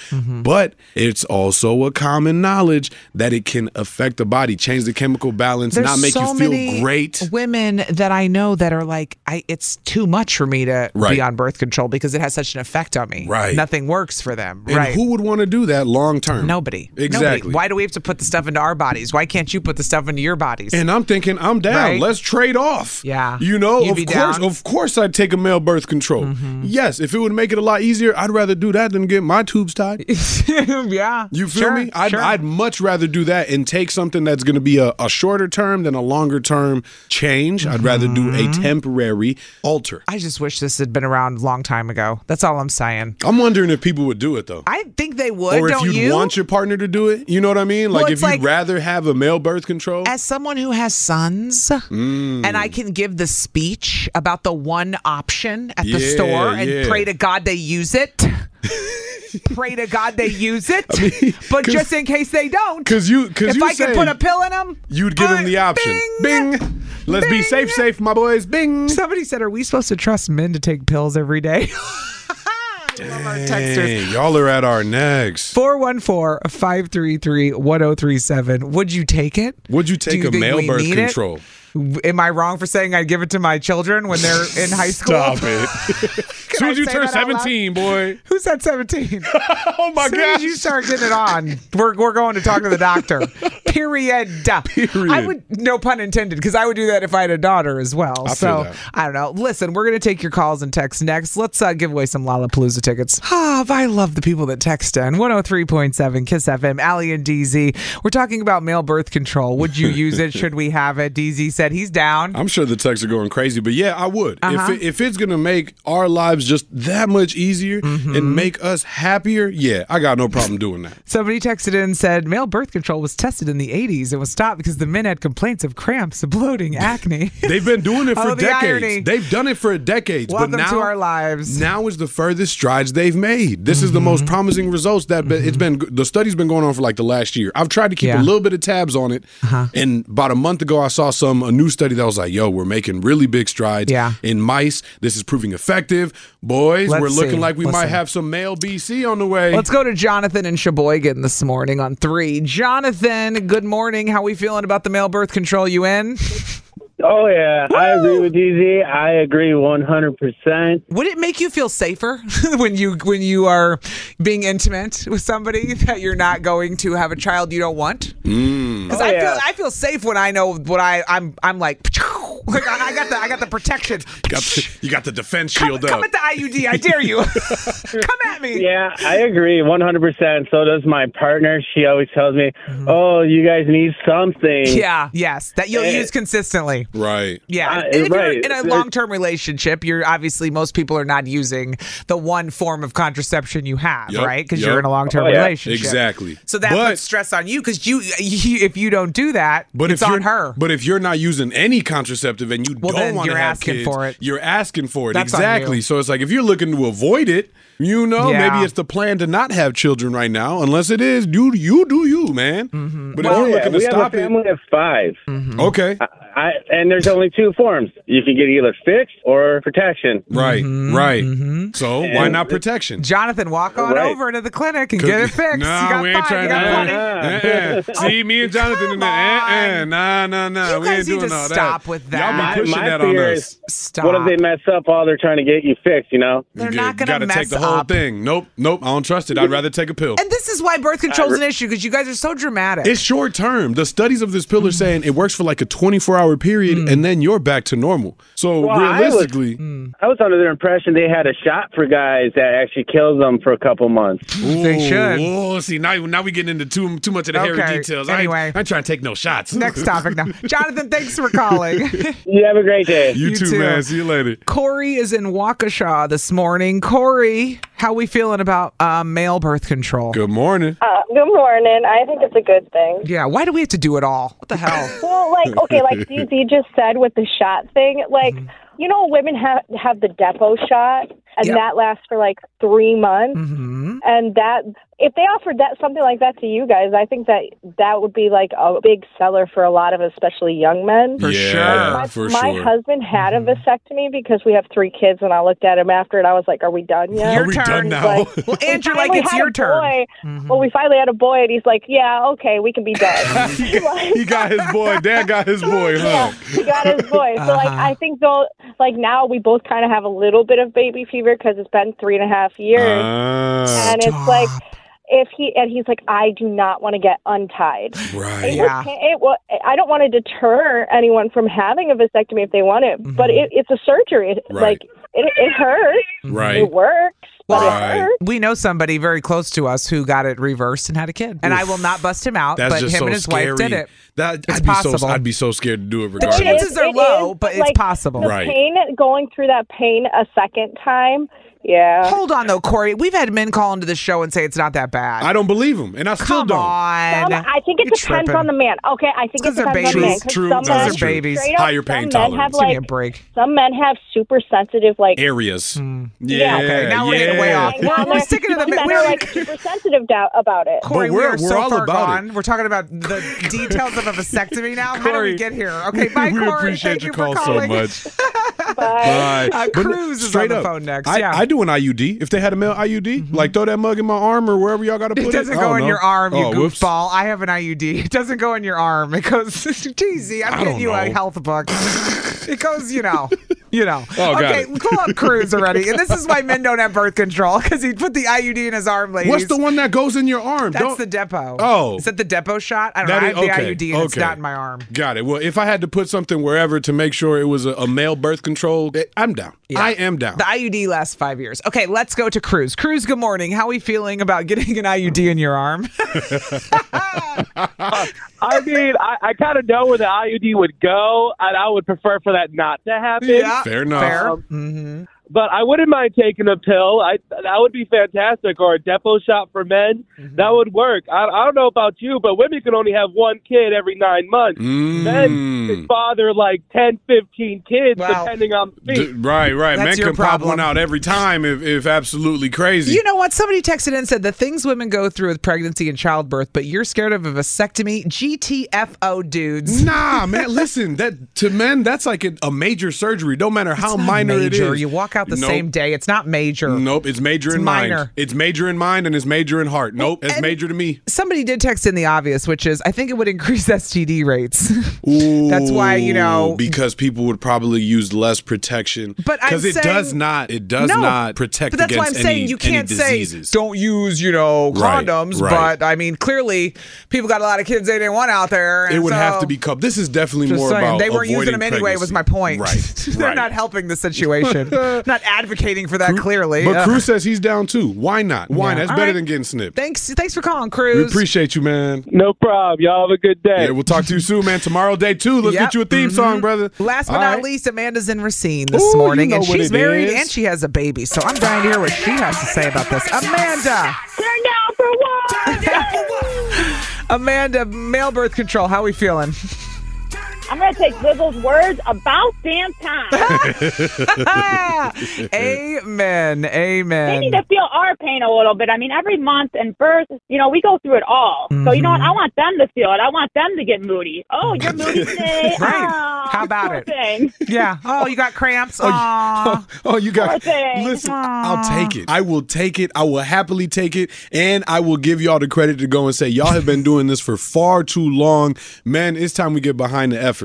S3: But it's also a common knowledge that it can affect affect the body, change the chemical balance,
S2: There's
S3: not make
S2: so
S3: you feel
S2: many
S3: great.
S2: Women that I know that are like, I it's too much for me to
S3: Right.
S2: be on birth control because it has such an effect on me.
S3: Right.
S2: Nothing works for them.
S3: And
S2: right.
S3: who would want to do that long term?
S2: Nobody. Nobody.
S3: Exactly.
S2: Why do we have to put the stuff into our bodies? Why can't you put the stuff into your bodies?
S3: And I'm thinking, I'm down.
S2: Right?
S3: Let's trade off.
S2: Yeah.
S3: You know, of
S2: You'd Ah, be
S3: course,
S2: down. Mm-hmm.
S3: of course, I'd take a male birth control. Yes, if it would make it a lot easier, I'd rather do that than get my tubes tied.
S2: yeah.
S3: You feel
S2: Sure,
S3: me? I'd,
S2: sure.
S3: I'd much rather do that and take something that's going to be a, a shorter term than a longer term change. I'd rather do a temporary alter.
S2: Mm-hmm. I just wish this had been around a long time ago. That's all I'm saying.
S3: I'm wondering if people would do it though.
S2: I think they would.
S3: or if
S2: don't
S3: you'd
S2: you?
S3: want your partner to do it. You know what I mean?
S2: Well,
S3: Like if
S2: it's
S3: you'd
S2: like-
S3: rather have a male birth control. Mm.
S2: As someone who has sons,
S3: Hmm.
S2: and I can give the speech about the one option at the
S3: Yeah,
S2: store and
S3: yeah.
S2: pray to God they use it. pray to God they use it. but just in case they don't,
S3: 'cause you- 'cause
S2: if
S3: you
S2: I could
S3: say-
S2: put a pill in them,
S3: You'd give them the option. Bing. Let's be safe, safe, my boys. Bing.
S2: Somebody said, "Are we supposed to trust men to take pills every day?"
S3: Dang, y'all are at our necks.
S2: 414-533-1037. Would you take it?
S3: Would you take
S2: you
S3: a
S2: think
S3: male
S2: we
S3: birth
S2: need it?
S3: control?
S2: Am I wrong for saying I'd give it to my children when they're in high school?
S3: Stop it. Soon as you turn 17, boy.
S2: Who's that 17?
S3: oh my
S2: god. Soon as you start getting it on, we're, we're going to talk to the doctor. Period. Period. I would no pun intended because I would do that if I had a daughter as well.
S3: I feel
S2: so
S3: that.
S2: I don't know. Listen, we're gonna take your calls and texts next. Let's uh, give away some Lollapalooza tickets. Ah, but I love the people that text in 103.7 Kiss FM. Ali and DZ. We're talking about male birth control. Would you use it? Should we have it? DZ said he's down.
S3: I'm sure the texts are going crazy, but yeah, I would.
S2: Uh-huh.
S3: If, it, if it's gonna make our lives just that much easier
S2: hmm.
S3: and make us happier, yeah, I got no problem doing that.
S2: Somebody texted in and said male birth control was tested in the 80s and was stopped because the men had complaints of cramps, bloating, acne.
S3: They've been doing it for
S2: Oh, the
S3: decades.
S2: irony.
S3: They've done it for decades.
S2: Welcome
S3: but now,
S2: to our lives. Mm-hmm.
S3: Now is the furthest strides they've made. This is the most promising results that be- it's been. The study's been going on for like the last year. I've tried to keep
S2: Yeah. Uh-huh.
S3: a little bit of tabs on it. And about a month ago, I saw some a new study that was like, "Yo, we're making really big strides
S2: Yeah.
S3: in mice. This is proving effective. Boys,
S2: Let's
S3: we're looking
S2: see.
S3: like we might
S2: Listen.
S3: have some male BC on the way."
S2: Let's go to Jonathan and Sheboygan this morning on three. Jonathan, good morning. How we feeling about the male birth control? You in?
S16: Oh yeah, I agree with DZ. I agree one hundred percent.
S2: Would it make you feel safer when you when you are being intimate with somebody that you're not going to have a child you don't want?
S16: Oh,
S3: Mm.
S2: Because I feel I feel safe when I know what I I'm I'm like. like, I I got the I got the protection.
S3: Got the- you got the defense shield up.
S2: Come at the IUD. I dare you. Come at me.
S16: Yeah, I agree one hundred percent. So does my partner. She always tells me, "Oh, you guys need something."
S2: Mm-hmm. Yeah. Yes. That you'll use consistently.
S3: Right.
S2: Yeah,
S16: Uh,
S2: and if
S16: eh, right.
S2: you're in a
S16: There-
S2: long-term relationship, you're obviously most people are not using the one form of contraception you have,
S3: Yep,
S2: right? Because
S3: yep.
S2: you're in a long-term
S3: Oh, yeah.
S2: relationship.
S3: Exactly.
S2: So that
S3: But-
S2: puts stress on you because you, you, if you don't do that,
S3: But
S2: it's
S3: if
S2: on
S3: you're-
S2: her.
S3: But if you're not using any contraceptive and you
S2: Well,
S3: don't
S2: then
S3: want to
S2: you're
S3: have
S2: asking
S3: kids,
S2: for it.
S3: you're asking for it.
S2: That's on
S3: exactly.
S2: you.
S3: So it's like if you're looking to avoid it, you know,
S2: Yeah.
S3: maybe it's the plan to not have children right now. Unless it is, you you do you, man.
S2: Mm-hmm.
S3: But
S16: Well,
S3: if you're
S16: yeah,
S3: looking
S16: we
S3: to
S16: have
S3: stop
S16: a
S3: it,
S16: family of 5
S3: okay.
S16: I, I, and there's only two forms. You can get either fixed or protection.
S3: right, right. So why
S16: And-
S3: not protection?
S2: Mm-hmm, Jonathan, walk on
S16: Right.
S2: over to the clinic and
S3: Could-
S2: get it fixed.
S3: Nah,
S2: you got
S3: we ain't
S2: five,
S3: trying
S2: you got Oh,
S3: to.
S2: 20.
S3: Uh-uh. See me and Jonathan in there. Uh-uh. Nah, nah, nah.
S2: You
S3: we ain't
S2: guys need
S3: doing
S2: to
S3: all
S2: stop
S3: that.
S2: with
S3: Y'all
S2: that.
S3: be pushing
S16: my
S3: that on
S16: fear
S3: us.
S16: is, what if they mess up while they're trying to get you fixed? You know,
S2: They're
S3: You
S2: not going
S3: gotta
S2: to mess
S3: take the whole
S2: up.
S3: thing. Nope, nope. I don't trust it. I'd rather take a pill.
S2: And this is why birth control's an issue because you guys are so dramatic.
S3: It's short term. The studies of this pill are saying it works for like a 24 hour period
S2: Hmm.
S3: and then you're back to normal. So
S16: Well, I was- Hmm.
S3: realistically,
S16: I was under the impression they had a shot for guys that actually kills them for a couple months.
S2: They should.
S3: Oh, see now now we getting into too too much of the
S2: Okay,
S3: hairy details. I ain't-
S2: anyway.
S3: I ain't trying to take no shots.
S2: Next topic now. Jonathan, thanks for calling.
S16: You have a great day.
S3: you,
S2: You
S3: too,
S2: too.
S3: man. See you later.
S2: Corey is in Waukesha this morning. Corey, how we feeling about uh, male birth control?
S3: Good morning.
S17: Uh, good morning. I think it's a good thing.
S2: Yeah, why do we have to do it all? What the hell?
S17: Well, like okay, like
S2: Mm-hmm.
S17: DZ just said with the shot thing, like you know, women have have the depot shot, and
S2: Yep. Mm-hmm.
S17: that lasts for like three months. And that, if they offered that something like that to you guys, I think that that would be like a big seller for a lot of, especially young men.
S9: For Yeah, sure.
S17: My,
S9: for
S17: my
S9: sure.
S17: husband had a
S2: Mm-hmm.
S17: vasectomy because we have three kids, and I looked at him after, and I was like, "Are we done yet?
S9: Your Are we done turn. now?
S17: Like, well,
S2: Andrew, like, it's your turn. Mm-hmm.
S17: Well, we finally had a boy, and he's like, "Yeah, okay, we can be done."
S3: he got his boy. Dad got his boy, huh?
S17: he got his voice. So like
S3: Uh-huh.
S17: I think though, like now we both kind of have a little bit of baby fever because it's been three and a half years,
S18: Uh,
S9: Ah.
S17: and it's like if he and he's like, I do not want to get untied.
S9: Right.
S17: It
S9: Yeah.
S17: was, it wa I don't want to deter anyone from having a vasectomy if they want it, but it, it's a surgery. It,
S2: Right.
S17: Like it, it hurts.
S2: Right.
S17: It works. But it hurts.
S2: we know somebody very close to us who got it reversed and had a kid. And I will not bust him out,
S3: That's
S2: but him
S3: just so
S2: and his
S3: scary.
S2: wife did it.
S3: That
S2: It's
S3: I'd be so
S2: possible.
S3: I'd be so scared to do it
S2: The
S3: regardless.
S2: chances are
S17: It
S2: low,
S17: is,
S2: but it's
S17: like,
S2: possible.
S17: The
S3: Right.
S17: pain going through that pain a second time. Yeah.
S2: Hold on though, Corey. We've had men call into the show and say it's not that bad. I
S3: don't believe them, and I still
S2: Come
S3: don't.
S2: On.
S17: Some- I think it
S2: You're
S17: depends
S2: tripping.
S17: on the man. Okay, I think it
S2: Those are
S17: depends on the man.
S2: babies.
S17: 'cause
S2: True,
S17: some
S2: true,
S17: men-
S2: those are babies.
S17: straight up,
S2: Higher pain
S17: some men have,
S2: tolerance. Give me a
S17: like-
S2: break.
S17: Some men have super sensitive, like
S3: areas.
S2: Yeah, okay, now we're getting way off. Well, we're sticking to the-
S17: Some men
S2: we're-
S17: are like super sensitive dou- about it.
S2: Corey, we
S3: we're-
S2: are
S3: we're
S2: so
S3: all
S2: far
S3: about
S2: gone. We're talking about the details of a vasectomy now. How did
S3: Corey,
S2: we get here? Okay, bye,
S3: we
S2: Corey.
S3: appreciate
S2: Thank
S3: your call
S2: you for
S3: so
S2: calling.
S3: much. Bye.
S2: Bye. Uh,
S3: But
S2: Cruz is on
S3: straight
S2: the
S3: up,
S2: phone next.
S3: I,
S2: yeah. Mm-hmm.
S3: I do an IUD. If they had a male IUD, like throw that mug in my arm or wherever y'all got to put
S2: it
S3: it.
S2: doesn't
S3: I
S2: go
S3: don't
S2: in
S3: know.
S2: your arm, you
S3: Oh, whoops.
S2: goofball. I have an IUD. It doesn't go in your arm. It goes, Jeezy, I'm
S3: I
S2: getting
S3: don't
S2: you a
S3: know.
S2: health book. it goes, you know, you know.
S3: Oh, got
S2: okay,
S3: it.
S2: pull up Cruz already. And this is why men don't have birth control because he put the IUD in his arm, ladies.
S3: What's the one that goes in your arm?
S2: That's
S3: Don't-
S2: the depot.
S3: Oh.
S2: Is that the depot shot? I don't know.
S3: That
S2: I
S3: is-
S2: have the IUD and it's
S3: okay.
S2: not in my arm.
S3: Got it. Well, if I had to put something wherever to make sure it was a, a male birth control, eh, I'm down. I am down.
S2: The IUD lasts five years. Okay, let's go to Cruz. Cruz, good morning. How are we feeling about getting an IUD in your arm?
S13: I mean, I, I kind of know where the IUD would go, and I would prefer for that not to happen. Um,
S3: Yeah, Fair enough. fair. Mm-hmm.
S13: But I wouldn't mind taking a pill. I that would be fantastic, or a depot shot for men.
S3: Mm-hmm.
S13: That would work. I, I don't know about you, but women can only have one kid every nine months.
S3: Mm.
S13: Men can father like ten, fifteen kids,
S3: Wow.
S13: depending on me.
S3: D- right, right. Men
S2: That's your
S3: can pop
S2: problem.
S3: one out every time if, if absolutely crazy.
S2: You know what? Somebody texted in and said the things women go through with pregnancy and childbirth, but you're scared of a vasectomy. GTFO, dudes.
S3: Nah, man. Listen, that to men, that's like a, a major surgery. No matter how
S2: not
S3: minor
S2: major.
S3: it is,
S2: You walk out the
S3: Nope.
S2: same day. It's not major.
S3: Nope, it's major
S2: It's
S3: in mind.
S2: minor.
S3: It's major in mind and it's major in heart. Nope, it's major to me.
S2: Somebody did text in the obvious, which is I think it would increase STD rates. That's why you know.
S3: Ooh, because people would probably use less protection.
S2: But I'm
S3: because it
S2: saying-
S3: does not, it does
S2: No.
S3: not protect
S2: But that's why
S3: against
S2: I'm saying
S3: any,
S2: you can't
S3: any
S2: say
S3: diseases.
S2: don't use you know
S3: Right,
S2: condoms.
S3: right.
S2: But I mean, clearly, people got a lot of kids they didn't want out there. And
S3: it would have
S2: so-
S3: to be cup. This is definitely
S2: Just
S3: more
S2: saying,
S3: about
S2: they weren't using them
S3: avoiding
S2: anyway. Was my point.
S3: pregnancy. Right,
S2: They're
S3: right.
S2: not helping the situation. not advocating for that clearly.
S3: But
S2: Ugh.
S3: Cruz says he's down too. Why not? Why?
S2: Yeah.
S3: not? That's
S2: All
S3: better
S2: right.
S3: than getting snipped.
S2: Thanks, thanks for calling,
S3: We
S2: Cruz.
S3: appreciate you, man.
S13: No problem. Y'all have a good day.
S3: Yeah, we'll talk to you soon, man. Tomorrow, day two. Let's
S2: Yep.
S3: get you a theme song,
S2: Mhm.
S3: brother.
S2: Last but
S3: All
S2: not
S3: right.
S2: least, Amanda's in Racine this
S3: Ooh, you
S2: morning,
S3: know
S2: and
S3: what
S2: she's
S3: it
S2: married
S3: is.
S2: and she has a baby. So I'm dying to hear what she has to say about this. Amanda,
S9: Turn down for what? Turn down for
S2: Amanda, male birth control. How we feeling?
S19: I'm going to take Wiggles' words about damn time.
S2: amen,
S19: they need
S2: amen.
S19: to feel our pain a little bit. I mean, every month and birth, you know, we go through it all. So, you know
S2: Mm-hmm.
S19: what? I want them to feel it. I want them to get moody. Oh, you're moody today.
S2: Right.
S19: Oh,
S2: How about
S19: poor
S2: it?
S19: Thing.
S2: Yeah. Oh, you got cramps.
S3: Oh, you-
S2: Aw.
S3: Oh, you
S19: Poor
S3: got.
S19: thing.
S3: Listen, I'll take it. I will take it. I will happily take it. And I will give y'all the credit to go and say, y'all have been doing this for far too long. Man, it's time we get behind the efforts. I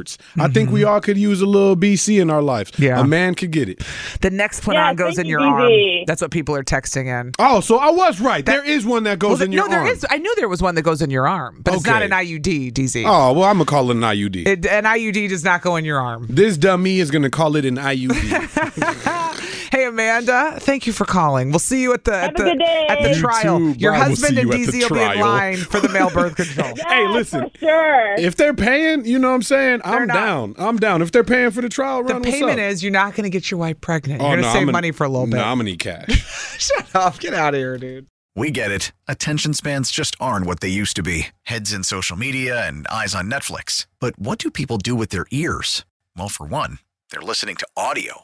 S2: Mm-hmm.
S3: think we all could use a little BC in our lives. Yeah. A man could get it.
S2: The next one
S19: Yeah,
S2: goes
S19: thank
S2: in
S19: you,
S2: your
S19: DZ.
S2: arm. That's what people are texting in.
S3: Oh, so I was right. there is one that goes
S2: Well,
S3: in your
S2: no, there
S3: arm.
S2: is. I knew there was one that goes in your arm, but it's not
S3: Okay.
S2: an IUD, DZ.
S3: Oh, well, I'm going to call it an IUD.
S2: It, an IUD does not go in your arm.
S3: this dummy is going to call it an IUD.
S2: Hey Amanda, thank you for calling. We'll see you at the at
S19: a
S2: the,
S19: good day.
S2: at the
S19: You
S2: trial.
S3: too,
S2: Your
S3: bro. We'll
S2: husband
S3: see
S2: and
S3: you at
S2: DZ
S3: the
S2: will be in
S3: trial.
S2: line for the male birth control.
S3: hey, listen.
S19: Sure.
S3: If they're paying, you know what I'm saying? I'm down. I'm down. If they're paying for the trial
S2: The
S3: run, what's
S2: payment
S3: up?
S2: is you're not going to get your wife pregnant.
S3: Oh,
S2: you're going
S3: no,
S2: to
S3: I'm
S2: save
S3: gonna-
S2: money for a little bit.
S3: No, I'm going to need cash.
S2: Shut up. Get out of here, dude.
S20: We get it. Attention spans just aren't what they used to be heads in social media and eyes on Netflix. But what do people do with their ears? Well, for one, they're listening to audio.